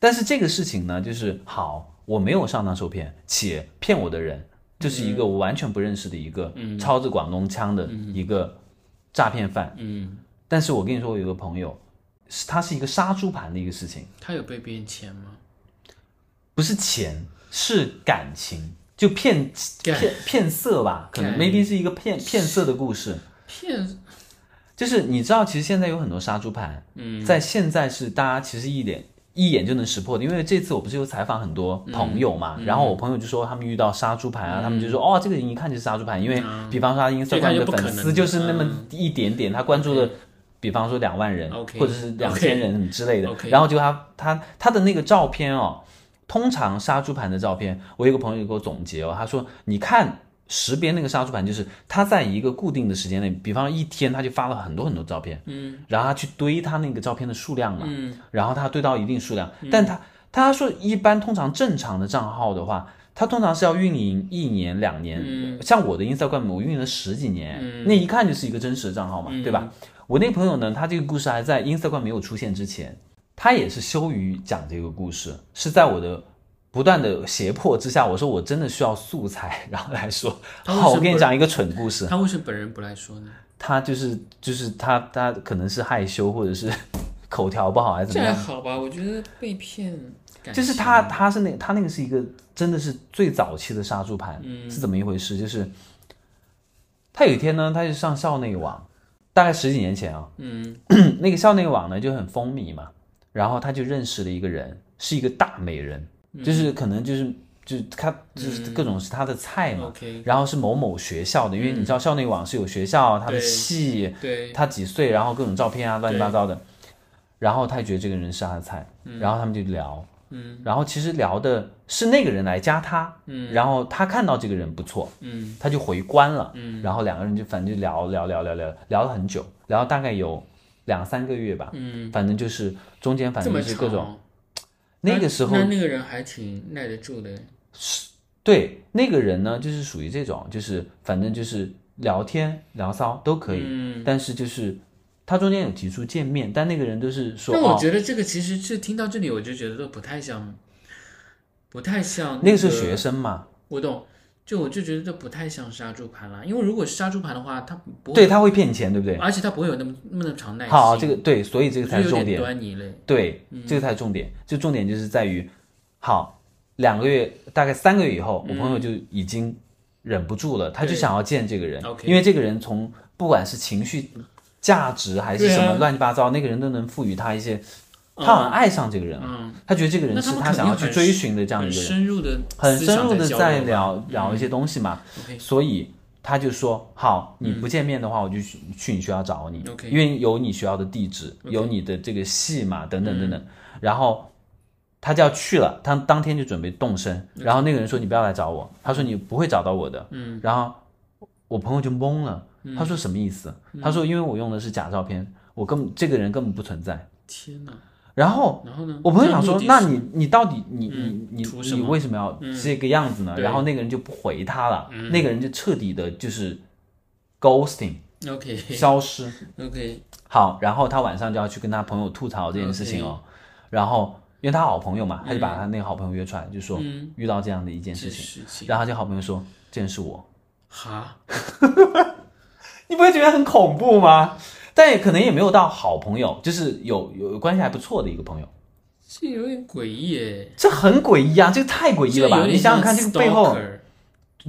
Speaker 1: 但是这个事情呢，就是好，我没有上当受骗，且骗我的人就是一个我完全不认识的一个操着广东腔的一个诈骗犯。
Speaker 2: 嗯，
Speaker 1: 但是我跟你说，我有个朋友，是他是一个杀猪盘的一个事情，
Speaker 2: 他有被骗钱吗？
Speaker 1: 不是钱，是感情，就骗
Speaker 2: 感
Speaker 1: 骗骗色吧，可能
Speaker 2: 感
Speaker 1: maybe 是一个骗骗色的故事。
Speaker 2: 骗，
Speaker 1: 就是你知道，其实现在有很多杀猪盘，
Speaker 2: 嗯，
Speaker 1: 在现在是大家其实一点一眼就能识破的，因为这次我不是有采访很多朋友嘛，
Speaker 2: 嗯
Speaker 1: 然后我朋友就说他们遇到杀猪盘啊，他们就说哦，这个人一看就是杀猪盘，因为比方说他
Speaker 2: 这看
Speaker 1: Instagram
Speaker 2: 嗯就
Speaker 1: 的
Speaker 2: 不可
Speaker 1: 粉
Speaker 2: 能
Speaker 1: 丝
Speaker 2: 的
Speaker 1: 就是那么
Speaker 2: 嗯
Speaker 1: 一点点，他关注了。比方说两万人
Speaker 2: OK，
Speaker 1: 或者是两
Speaker 2: OK
Speaker 1: 千人什么之类的
Speaker 2: OK
Speaker 1: 然后就他他他的那个照片哦，通常杀猪盘的照片，我有一个朋友给我总结哦，他说你看识别那个杀猪盘，就是他在一个固定的时间内，比方一天他就发了很多很多照片，嗯，然后他去堆他那个照片的数量嘛，
Speaker 2: 嗯，
Speaker 1: 然后他堆到一定数量，但他他说一般通常正常的账号的话。他通常是要运营一年两年，
Speaker 2: 嗯
Speaker 1: 像我的 Instagram 我运营了十几年，
Speaker 2: 嗯
Speaker 1: 那一看就是一个真实的账号嘛，对吧？我那个朋友呢，他这个故事还在 Instagram 没有出现之前，他也是羞于讲这个故事，是在我的不断的胁迫之下，我说我真的需要素材，然后来说，
Speaker 2: 他为什么
Speaker 1: 好，我给你讲一个蠢故事。
Speaker 2: 他为什么本人不来说呢？
Speaker 1: 他就是就是他他可能是害羞或者是 口条不好还是怎
Speaker 2: 这
Speaker 1: 么
Speaker 2: 还
Speaker 1: 样，
Speaker 2: 好吧，我觉得被骗感情，
Speaker 1: 就是他他是那他那个是一个真的是最早期的杀猪盘，
Speaker 2: 嗯
Speaker 1: 是怎么一回事？就是他有一天呢，他就上校内网，大概十几年前啊，
Speaker 2: 嗯
Speaker 1: 那个校内网呢就很风靡嘛，然后他就认识了一个人，是一个大美人，
Speaker 2: 嗯
Speaker 1: 就是可能就是就是他就是各种是他的菜嘛，
Speaker 2: ，OK，
Speaker 1: 然后是某某学校的，因为你知道校内网是有学校、他的
Speaker 2: 嗯对
Speaker 1: 系、
Speaker 2: 对，
Speaker 1: 他几岁，然后各种照片啊乱七八糟的，然后他就觉得这个人是他的菜，然后他们就聊，
Speaker 2: 嗯
Speaker 1: 然后其实聊的是那个人来加他，
Speaker 2: 嗯
Speaker 1: 然后他看到这个人不错，
Speaker 2: 嗯
Speaker 1: 他就回关了，
Speaker 2: 嗯
Speaker 1: 然后两个人就反正就聊聊聊聊聊聊了很久，聊了大概有两三个月吧，
Speaker 2: 嗯，
Speaker 1: 反正就是中间反
Speaker 2: 这
Speaker 1: 正
Speaker 2: 么
Speaker 1: 就是各种
Speaker 2: 长哦
Speaker 1: 那个时候
Speaker 2: 那那个人还挺耐得住的，
Speaker 1: 对那个人呢，就是属于这种，就是反正就是聊天聊骚都可以，
Speaker 2: 嗯，
Speaker 1: 但是就是他中间有提出见面，但那个人都是说
Speaker 2: 那我
Speaker 1: 哦，
Speaker 2: 觉得这个其实是听到这里，我就觉得都不太像，不太像
Speaker 1: 那
Speaker 2: 个
Speaker 1: 个是学，生嘛，
Speaker 2: 我懂。就我就觉得这不太像杀猪盘了，因为如果是杀猪盘的话，它不会
Speaker 1: 对，他会骗钱，对不对？
Speaker 2: 而且它不会有那么那么长耐心。
Speaker 1: 好，这个对，所以这
Speaker 2: 我
Speaker 1: 个
Speaker 2: 觉
Speaker 1: 才
Speaker 2: 得
Speaker 1: 是
Speaker 2: 有
Speaker 1: 重
Speaker 2: 点嗯
Speaker 1: 点，嗯
Speaker 2: 端倪嘞。
Speaker 1: 对，这个才是重点。就重点就是在于，好，两个月大概三个月以后，我朋友就已经忍不住了，他就
Speaker 2: 嗯对
Speaker 1: 想要见这个人
Speaker 2: OK，
Speaker 1: 因为这个人从不管是情绪、价值还是
Speaker 2: 对啊
Speaker 1: 什么乱七八糟，那个人都能赋予他一些，他好像爱上这个人了，
Speaker 2: 嗯，
Speaker 1: 他觉得这个人
Speaker 2: 那他
Speaker 1: 是
Speaker 2: 们
Speaker 1: 他
Speaker 2: 肯定
Speaker 1: 想要去
Speaker 2: 很
Speaker 1: 追寻的这样一
Speaker 2: 很
Speaker 1: 个人，
Speaker 2: 深入的
Speaker 1: 很
Speaker 2: 思
Speaker 1: 深
Speaker 2: 想
Speaker 1: 入的
Speaker 2: 交
Speaker 1: 在
Speaker 2: 流吧嗯
Speaker 1: 聊聊一些东西嘛，
Speaker 2: OK
Speaker 1: 所以他就说好，你不见面的话，我就去去你学校找你
Speaker 2: 嗯 OK
Speaker 1: 因为有你学校的地址，有你的这个系嘛，等等等
Speaker 2: 嗯
Speaker 1: 等。然后他就要去了，他当天就准备动身。然后那个人说：“你不要来找
Speaker 2: 嗯
Speaker 1: 我。”他说：“你不会找到我的。”嗯，然后我朋友就懵了，
Speaker 2: 嗯
Speaker 1: 他说：“什么意思？”他说：“因为我用的是假照片，我根本这个人根本不存在。
Speaker 2: 天哪！”
Speaker 1: 然后
Speaker 2: 然后呢？
Speaker 1: 我朋友想说，那
Speaker 2: 你
Speaker 1: 你你到底你你
Speaker 2: 嗯
Speaker 1: 你
Speaker 2: 图什
Speaker 1: 你
Speaker 2: 么嗯
Speaker 1: 为什么要这个样子呢？
Speaker 2: 对嗯
Speaker 1: 然后那个人就不回他了，那个人就彻底的就是 ghosting
Speaker 2: OK
Speaker 1: 消失。
Speaker 2: OK，
Speaker 1: 好，然后他晚上就要去跟他朋友吐槽这件事情哦。
Speaker 2: 嗯
Speaker 1: 然后因为他好朋友嘛，他就把他那个好朋友约出来，就说
Speaker 2: 嗯
Speaker 1: 遇到这样的一件
Speaker 2: 这
Speaker 1: 事情，
Speaker 2: 事情
Speaker 1: 然后他就好朋友说这人是我，
Speaker 2: 哈，
Speaker 1: 你不会觉得很恐怖吗？但也可能也没有到好朋友，就是有有关系还不错的一个朋友，
Speaker 2: 这有点诡异耶，
Speaker 1: 这很诡异啊，这个太诡异了
Speaker 2: 这
Speaker 1: 吧？
Speaker 2: 有点
Speaker 1: 你想想看，这
Speaker 2: 像
Speaker 1: 个背后
Speaker 2: stalker，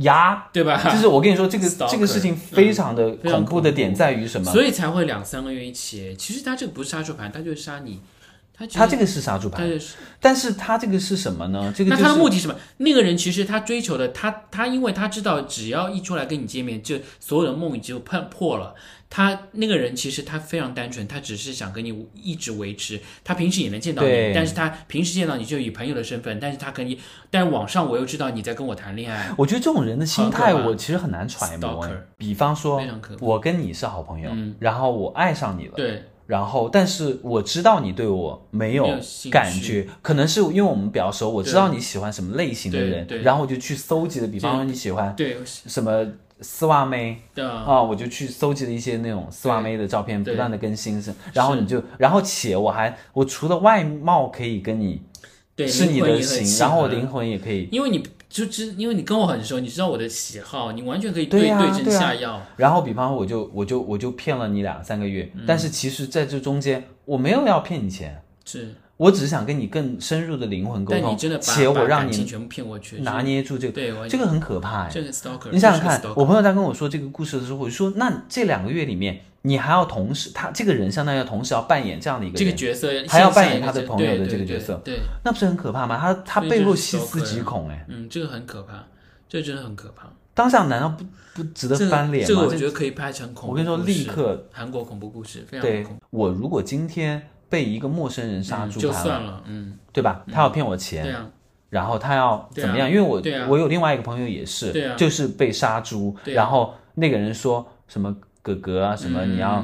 Speaker 1: 呀，
Speaker 2: 对吧？
Speaker 1: 就是我跟你说，这个
Speaker 2: Stalker，嗯
Speaker 1: 这个事情非常的
Speaker 2: 非常
Speaker 1: 恐怖的
Speaker 2: 恐怖
Speaker 1: 点在于什么？
Speaker 2: 所以才会两三个月一起。其实他这个不是杀猪盘，他就是杀你他其
Speaker 1: 他
Speaker 2: 实
Speaker 1: 这个是杀猪
Speaker 2: 他
Speaker 1: 盘，
Speaker 2: 是
Speaker 1: 但是他这个是什么呢？这个
Speaker 2: 那
Speaker 1: 就
Speaker 2: 他的目
Speaker 1: 是
Speaker 2: 的是什么？那个人其实他追求的，他他因为他知道，只要一出来跟你见面，就所有的梦就破破了。他那个人其实他非常单纯，他只是想跟你一直维持。他平时也能见到你
Speaker 1: 对，
Speaker 2: 但是他平时见到你就以朋友的身份，但是他可以，但网上我又知道你在跟我谈恋爱，
Speaker 1: 我觉得这种人的心态，
Speaker 2: 好可怕
Speaker 1: 我其实很难揣摩
Speaker 2: 啊 Stalker。
Speaker 1: 比方说
Speaker 2: 非常可，怕
Speaker 1: 我跟你是好朋友，然后我爱上你了，
Speaker 2: 对，
Speaker 1: 然后但是我知道你对我没
Speaker 2: 没
Speaker 1: 有
Speaker 2: 有兴趣
Speaker 1: 感觉，可能是因为我们比较熟，我
Speaker 2: 对
Speaker 1: 知道你喜欢什么类型的
Speaker 2: 对
Speaker 1: 人
Speaker 2: 对，
Speaker 1: 然后我就去搜集了。比方说你喜欢
Speaker 2: 对
Speaker 1: 什么丝袜妹，
Speaker 2: 的，
Speaker 1: 啊，我就去搜集了一些那种丝袜妹的照片，
Speaker 2: 对
Speaker 1: 不断的更新是，然后你就，然后且我还，我除了外貌可以跟你
Speaker 2: 对，
Speaker 1: 是你
Speaker 2: 灵魂也
Speaker 1: 的
Speaker 2: 很嗯契
Speaker 1: 形，然后我
Speaker 2: 合
Speaker 1: 灵魂也可以，
Speaker 2: 因为你就知，因为你跟我很熟，你知道我的喜好，你完全可以
Speaker 1: 对
Speaker 2: 对
Speaker 1: 呀
Speaker 2: 症
Speaker 1: 对呀
Speaker 2: 下药。
Speaker 1: 然后比方说我就我就我就骗了你两三个
Speaker 2: 嗯
Speaker 1: 月，但是其实在这中间我没有要骗你钱，
Speaker 2: 是，
Speaker 1: 我只是想跟你更深入的灵魂沟
Speaker 2: 但你
Speaker 1: 通
Speaker 2: 真的，把
Speaker 1: 且
Speaker 2: 把
Speaker 1: 我让
Speaker 2: 感情
Speaker 1: 你
Speaker 2: 全部骗过去，
Speaker 1: 拿捏住这个，
Speaker 2: 对，我
Speaker 1: 这个很可怕哎。
Speaker 2: 这个 stalker，
Speaker 1: 你想想
Speaker 2: 这是
Speaker 1: 看
Speaker 2: 个，stalker
Speaker 1: 我朋友在跟我说这个故事的时候，我就说，那这两个月里面，你还要同时，他这个人相当于要同时要扮演这样的一个
Speaker 2: 这个
Speaker 1: 人
Speaker 2: 角色
Speaker 1: 还要扮
Speaker 2: 线
Speaker 1: 演他
Speaker 2: 上一
Speaker 1: 的
Speaker 2: 个
Speaker 1: 朋友的
Speaker 2: 对
Speaker 1: 这个
Speaker 2: 对
Speaker 1: 角色
Speaker 2: 对，对
Speaker 1: 那不是很可怕吗？他他
Speaker 2: 所以
Speaker 1: 背
Speaker 2: 就
Speaker 1: 后
Speaker 2: 是
Speaker 1: 细思
Speaker 2: stalker
Speaker 1: 极恐哎，
Speaker 2: 嗯，这个很可怕，这真的很可怕。
Speaker 1: 当下难道不不值得
Speaker 2: 这个
Speaker 1: 翻脸吗？
Speaker 2: 这个我
Speaker 1: 这
Speaker 2: 觉得可以拍成恐怖。
Speaker 1: 我跟你说，立刻
Speaker 2: 韩国恐怖故事非常
Speaker 1: 对
Speaker 2: 恐怖，
Speaker 1: 我如果今天被一个陌生人杀
Speaker 2: 嗯
Speaker 1: 猪
Speaker 2: 就
Speaker 1: 盘
Speaker 2: 算了，嗯，
Speaker 1: 对吧？他要骗我钱，
Speaker 2: 对啊，
Speaker 1: 然后他要
Speaker 2: 对啊
Speaker 1: 怎么样？因为我
Speaker 2: 对啊
Speaker 1: 我有另外一个朋友也是
Speaker 2: 对啊，
Speaker 1: 就是被杀猪，
Speaker 2: 对啊
Speaker 1: 然后那个人说什么哥哥啊，什么
Speaker 2: 嗯
Speaker 1: 你要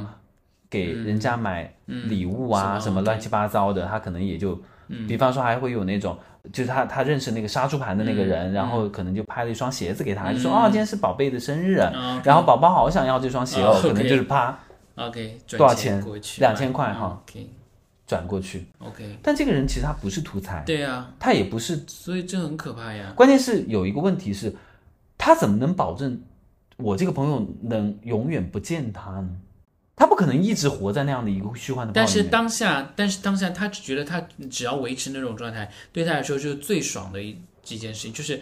Speaker 1: 给人家买礼物啊，
Speaker 2: 嗯
Speaker 1: 什么乱七八糟的，他可能也就，比方说还会有那种。就是他，他认识那个杀猪盘的那个
Speaker 2: 嗯
Speaker 1: 人，然后可能就拍了一双鞋子给他，就说啊、今天是宝贝的生日，
Speaker 2: 啊
Speaker 1: 然后宝宝好想要这双鞋哦，
Speaker 2: 啊，OK
Speaker 1: 可能就是啪
Speaker 2: ，OK，转
Speaker 1: 多少钱
Speaker 2: 过去
Speaker 1: 2000块哈
Speaker 2: ，OK，OK，
Speaker 1: 转过去。但这个人其实他不是图财，
Speaker 2: 对啊，
Speaker 1: 他也不是，
Speaker 2: 所以这很可怕呀。
Speaker 1: 关键是有一个问题是，他怎么能保证我这个朋友能永远不见他呢？他不可能一直活在那样的一个虚幻的泡
Speaker 2: 但
Speaker 1: 里
Speaker 2: 是
Speaker 1: 面。
Speaker 2: 当下，但是当下，他只觉得他只要维持那种状态，对他来说就是最爽的一一件事情。就是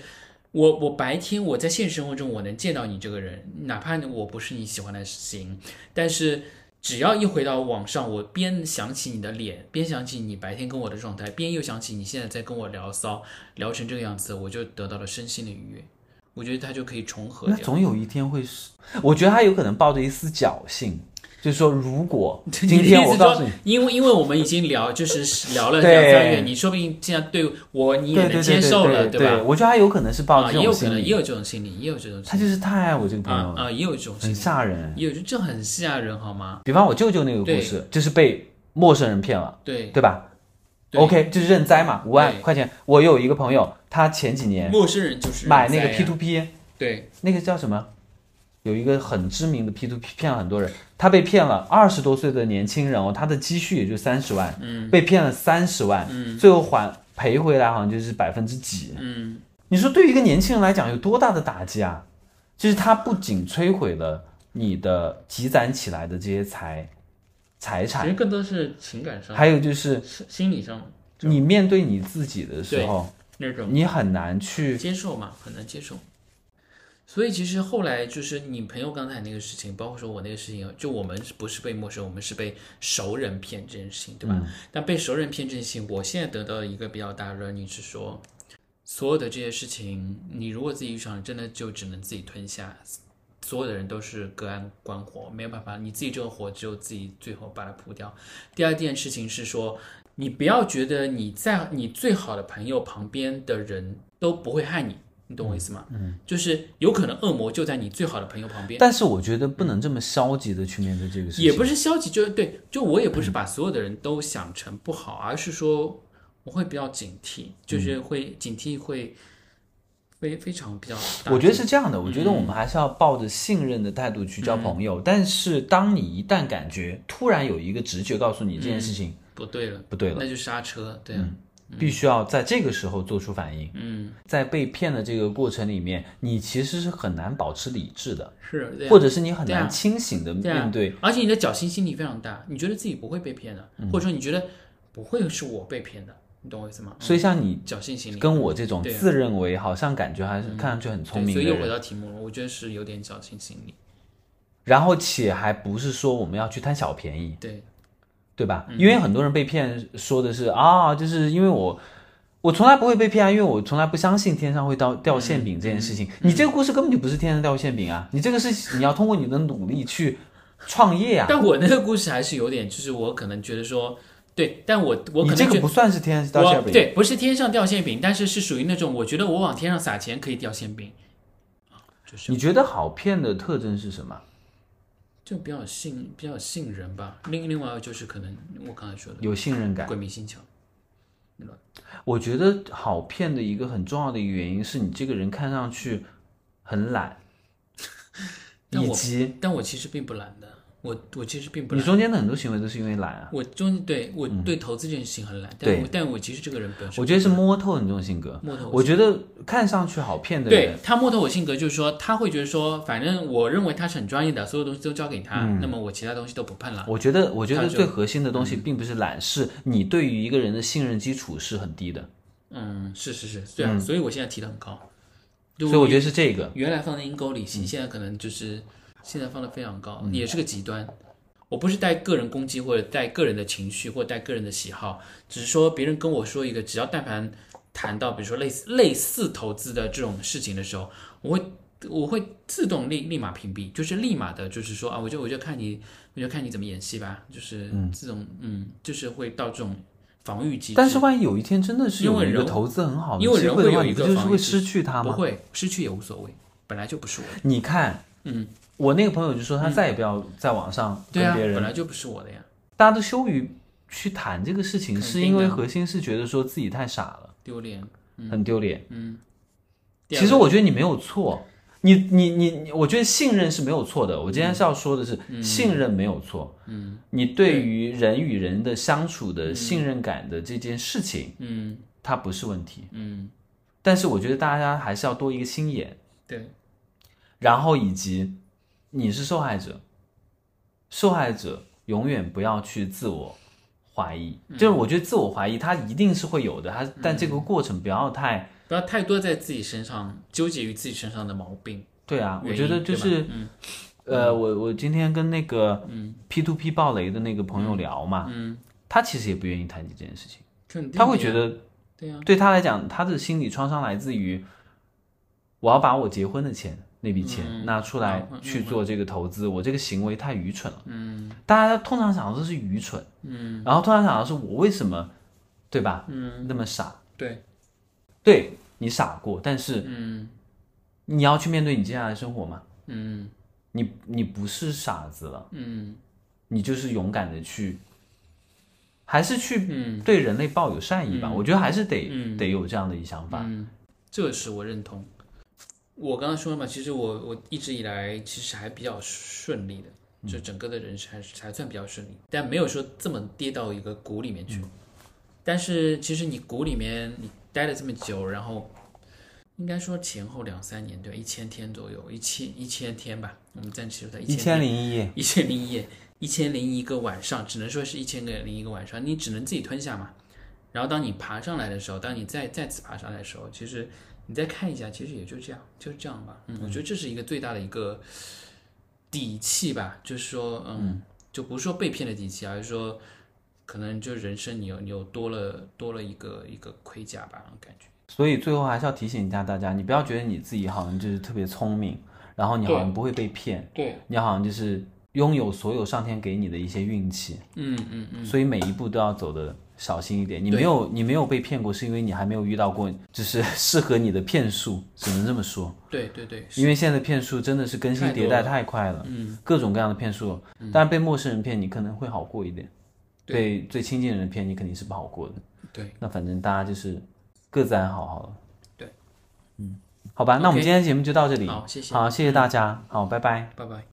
Speaker 2: 我我白天我在现实生活中我能见到你这个人，哪怕我不是你喜欢的型，但是只要一回到网上，我边想起你的脸，边想起你白天跟我的状态，边又想起你现在在跟我聊骚，聊成这个样子，我就得到了身心的愉悦。我觉得他就可以重合
Speaker 1: 那
Speaker 2: 掉。
Speaker 1: 总有一天会是，我觉得他有可能抱着一丝侥幸，就是说，如果
Speaker 2: 你
Speaker 1: 今
Speaker 2: 的
Speaker 1: 天
Speaker 2: 意思
Speaker 1: 我
Speaker 2: 说
Speaker 1: 告诉你，
Speaker 2: 因为因为我们已经聊就是聊了
Speaker 1: 对
Speaker 2: 两三月，你说不定现在对我你也
Speaker 1: 对对
Speaker 2: 能
Speaker 1: 对
Speaker 2: 接
Speaker 1: 对
Speaker 2: 受了，
Speaker 1: 对
Speaker 2: 吧？
Speaker 1: 我觉得他有可能是抱
Speaker 2: 啊，
Speaker 1: 着这
Speaker 2: 也有
Speaker 1: 种
Speaker 2: 可
Speaker 1: 心
Speaker 2: 能
Speaker 1: 理，
Speaker 2: 也有这种心理，也有这种
Speaker 1: 他
Speaker 2: 心理，
Speaker 1: 就是太爱我这个朋友
Speaker 2: 啊
Speaker 1: 了，
Speaker 2: 啊，也有这种心
Speaker 1: 很
Speaker 2: 理，
Speaker 1: 吓人。
Speaker 2: 也有这很吓人，好吗？
Speaker 1: 比方我舅舅那个故
Speaker 2: 对
Speaker 1: 事，就是被陌生人骗了。
Speaker 2: 对
Speaker 1: 对吧
Speaker 2: 对
Speaker 1: o k 就是认栽嘛，五万
Speaker 2: 对
Speaker 1: 块钱。我有一个朋友，他前几年
Speaker 2: 陌生人就是
Speaker 1: 买那个
Speaker 2: 人在
Speaker 1: P
Speaker 2: 呀
Speaker 1: to P，
Speaker 2: 对
Speaker 1: 那个叫什么？有一个很知名的 P to P 骗了很多人，他被骗了二十多岁的年轻人哦，他的积蓄也就三十万，嗯，被骗了三十万，嗯，最后还赔回来好像就是百分之几，嗯，你说对于一个年轻人来讲有多大的打击啊？就是他不仅摧毁了你的积攒起来的这些财财
Speaker 2: 其
Speaker 1: 产，
Speaker 2: 实更多是情感上、
Speaker 1: 还有就是
Speaker 2: 是心理上
Speaker 1: 你面对你自己的时候，
Speaker 2: 那种
Speaker 1: 你很难去，
Speaker 2: 接受嘛，很难接受。所以其实后来就是你朋友刚才那个事情，包括说我那个事情，就我们是不是被陌生，我们是被熟人骗这件事情，对吧？但被熟人骗这件事情，我现在得到的一个比较大的 learning 是说，所有的这些事情，你如果自己遇上，真的就只能自己吞下。所有的人都是隔岸观火，没有办法，你自己这个火只有自己最后把它扑掉。第二件事情是说，你不要觉得你在你最好的朋友旁边的人都不会害你，你懂我意思吗？嗯，就是有可能恶魔就在你最好的朋友旁边，
Speaker 1: 但是我觉得不能这么消极的去面对这个事情。嗯
Speaker 2: 也不是消极，就是对，就我也不是把所有的人都想成不好，而是说我会比较警惕，
Speaker 1: 嗯
Speaker 2: 就是会警惕会非非常比较大。
Speaker 1: 我觉得是这样的，我觉得我们还是要抱着信任的态度去交朋
Speaker 2: 嗯
Speaker 1: 友。但是当你一旦感觉突然有一个直觉告诉你这件
Speaker 2: 嗯
Speaker 1: 事情、
Speaker 2: 不对了，
Speaker 1: 不对了，嗯
Speaker 2: 那就刹车，对啊，
Speaker 1: 必须要在这个时候做出反应。
Speaker 2: 嗯，
Speaker 1: 在被骗的这个过程里面，你其实是很难保持理智的，
Speaker 2: 是，对啊
Speaker 1: 或者是你很
Speaker 2: 对啊
Speaker 1: 难清醒的
Speaker 2: 对啊
Speaker 1: 面对。
Speaker 2: 而且你的侥幸心理非常大，你觉得自己不会被骗的，
Speaker 1: 嗯
Speaker 2: 或者说你觉得不会是我被骗的，你懂我意思吗？
Speaker 1: 所以像你
Speaker 2: 嗯侥幸心理，
Speaker 1: 跟我这种
Speaker 2: 对啊嗯
Speaker 1: 自认为好像感觉还是看上去很聪
Speaker 2: 对
Speaker 1: 明
Speaker 2: 所
Speaker 1: 的
Speaker 2: 以又回
Speaker 1: 人，
Speaker 2: 到题目了，我觉得是有点侥幸心理，
Speaker 1: 然后且还不是说我们要去贪小便宜。
Speaker 2: 对嗯
Speaker 1: 对吧？因为很多人被骗说的是啊，就是因为我我从来不会被骗啊，因为我从来不相信天上会掉掉馅饼这件事情。
Speaker 2: 嗯
Speaker 1: 你这个故事根本就不是天上掉馅饼啊，你这个是你要通过你的努力去创业啊。
Speaker 2: 但我那个故事还是有点，就是我可能觉得说，对，但我我可
Speaker 1: 你
Speaker 2: 能
Speaker 1: 这
Speaker 2: 觉
Speaker 1: 个
Speaker 2: 得
Speaker 1: 不算是天上掉馅
Speaker 2: 我
Speaker 1: 饼，
Speaker 2: 对，不是天上掉馅饼，但是是属于那种我觉得我往天上撒钱可以掉馅饼，就是
Speaker 1: 你觉得好骗的特征是什么？
Speaker 2: 就比较信比较信人吧。另另外就是可能我刚才说的
Speaker 1: 有信任感。
Speaker 2: 鬼迷心窍，
Speaker 1: 我觉得好骗的一个很重要的一个原因是你这个人看上去很懒，
Speaker 2: 但
Speaker 1: 以
Speaker 2: 我
Speaker 1: 及
Speaker 2: 但我其实并不懒的，我我其实并不
Speaker 1: 你
Speaker 2: 懒。
Speaker 1: 中间的很多行为都是因为懒啊。
Speaker 2: 我中对我对投资这件事情很懒，但
Speaker 1: 对
Speaker 2: 我但我其实这个人本身
Speaker 1: 我觉得是摸透你这种性格。
Speaker 2: 摸透我
Speaker 1: 我觉得看上去好骗的
Speaker 2: 对
Speaker 1: 人，
Speaker 2: 他摸透我性格，就是说他会觉得说，反正我认为他是很专业的，所有东西都交给他，
Speaker 1: 嗯
Speaker 2: 那么我其他东西都不碰了。
Speaker 1: 我觉得我觉
Speaker 2: 他
Speaker 1: 得
Speaker 2: 就
Speaker 1: 最核心的东西
Speaker 2: 嗯
Speaker 1: 并不是懒，是你对于一个人的信任基础是很低的。
Speaker 2: 嗯，是是是，对啊，所以我现在提的很高，就
Speaker 1: 所以我觉得是这个。
Speaker 2: 原来放在阴
Speaker 1: 嗯
Speaker 2: 沟里行，现在可能就是现在放的非常高，也是个极端。我不是带个人攻击或者带个人的情绪或者带个人的喜好，只是说别人跟我说一个，只要但凡谈到比如说类似类似投资的这种事情的时候，我会我会自动立立马屏蔽，就是立马的，就是说啊，我就我就看你，我就看你怎么演戏吧，就是这种嗯就是会到这种防御机制。
Speaker 1: 但是万一有一天真的是
Speaker 2: 因
Speaker 1: 有
Speaker 2: 为
Speaker 1: 一个
Speaker 2: 人
Speaker 1: 投资很好的
Speaker 2: 因为
Speaker 1: 机
Speaker 2: 人
Speaker 1: 会
Speaker 2: 会
Speaker 1: 的话，
Speaker 2: 有一
Speaker 1: 你不
Speaker 2: 个
Speaker 1: 就是
Speaker 2: 防
Speaker 1: 会
Speaker 2: 御
Speaker 1: 失
Speaker 2: 机
Speaker 1: 去它
Speaker 2: 不
Speaker 1: 吗？
Speaker 2: 会失去也无所谓，本来就不是我的，
Speaker 1: 你看，
Speaker 2: 嗯，
Speaker 1: 我那个朋友就说他再也不要在网上
Speaker 2: 对
Speaker 1: 跟
Speaker 2: 啊，
Speaker 1: 别人
Speaker 2: 本来就不是我的呀。
Speaker 1: 大家都羞于去谈这个事情，
Speaker 2: 肯定的嗯
Speaker 1: 是因为核心是觉得说自己太傻了，
Speaker 2: 丢脸。
Speaker 1: 很丢脸。
Speaker 2: 第二
Speaker 1: 其实
Speaker 2: 个
Speaker 1: 我觉得你没有错，你你你，你我觉得信任是没有错的。我
Speaker 2: 嗯
Speaker 1: 今天是要说的是，信任没有错。嗯，你对于人与人的相处的信任感的这件事情，
Speaker 2: 嗯
Speaker 1: 它不是问题。
Speaker 2: 嗯，
Speaker 1: 但是我觉得大家还是要多一个心眼，
Speaker 2: 对，
Speaker 1: 然后以及你是受害者，受害者永远不要去自我怀疑，
Speaker 2: 嗯
Speaker 1: 就是我觉得自我怀疑它一定是会有的，它但这个过程不要太
Speaker 2: 不要太多在自己身上纠结于自己身上的毛病。
Speaker 1: 对啊，我
Speaker 2: 原
Speaker 1: 觉得
Speaker 2: 因
Speaker 1: 就
Speaker 2: 对吧
Speaker 1: 是
Speaker 2: 嗯
Speaker 1: 呃，我我今天跟那个 P to P 暴雷的那个朋友聊嘛，
Speaker 2: 嗯，
Speaker 1: 他其实也不愿意谈起这件事情，
Speaker 2: 肯定的呀
Speaker 1: 他会觉得
Speaker 2: 对呀，
Speaker 1: 对他来讲，他的心理创伤来自于我要把我结婚的钱那笔钱
Speaker 2: 嗯
Speaker 1: 拿出来
Speaker 2: 嗯嗯
Speaker 1: 去
Speaker 2: 嗯
Speaker 1: 做这个投资，我这个行为太愚蠢了。
Speaker 2: 嗯
Speaker 1: 大家通常想的都是愚蠢，
Speaker 2: 嗯，
Speaker 1: 然后突然想到是我为什么，对吧？嗯，那么傻，
Speaker 2: 对，
Speaker 1: 对你傻过，但是
Speaker 2: 嗯
Speaker 1: 你要去面对你接下来的生活嘛。
Speaker 2: 嗯
Speaker 1: 你你不是傻子了，
Speaker 2: 嗯
Speaker 1: 你就是勇敢的去，还是去
Speaker 2: 嗯
Speaker 1: 对人类抱有善意吧。我觉得还是得、
Speaker 2: 嗯
Speaker 1: 得有这样的一想法。
Speaker 2: 嗯，这是我认同。我刚刚说了嘛，其实我我一直以来其实还比较顺利的，
Speaker 1: 嗯
Speaker 2: 就整个的人生还是还算比较顺利，但没有说这么跌到一个谷里面去。
Speaker 1: 嗯
Speaker 2: 但是其实你谷里面你待了这么久，然后应该说前后两三年对吧，一千天左右，一千一千天吧，我们暂时说它
Speaker 1: 一千零一夜，
Speaker 2: 一千零一夜，一千零一个晚上，只能说是一千个零一个晚上，你只能自己吞下嘛。然后当你爬上来的时候，当你再再次爬上来的时候，其实你再看一下，其实也就这样，就是这样吧。嗯，我觉得这是一个最大的一个底气吧，就是说，嗯，就不是说被骗的底气，而是说，可能就人生你有你有多了多了一个一个盔甲吧，感觉。
Speaker 1: 所以最后还是要提醒一下大家，你不要觉得你自己好像就是特别聪明，然后你好像不会被骗，
Speaker 2: 对，
Speaker 1: 你好像就是拥有所有上天给你的一些运气。
Speaker 2: 嗯嗯嗯，
Speaker 1: 所以每一步都要走的小心一点。你
Speaker 2: 对
Speaker 1: 没有你没有被骗过，是因为你还没有遇到过就是适合你的骗术，只能这么说。
Speaker 2: 对对对，
Speaker 1: 因为现在的骗术真的是更新
Speaker 2: 太多
Speaker 1: 迭代太快了，
Speaker 2: 嗯，
Speaker 1: 各种各样的骗术。但是被陌生人骗，你可能会好过一点；被最亲近的人骗，你肯定是不好过的。
Speaker 2: 对，
Speaker 1: 那反正大家就是各自安好好了。
Speaker 2: 对，
Speaker 1: 嗯，好吧，那我们
Speaker 2: OK
Speaker 1: 今天节目就到这里。
Speaker 2: 好谢谢嗯
Speaker 1: 好，谢谢大家，好，拜拜。
Speaker 2: 拜拜。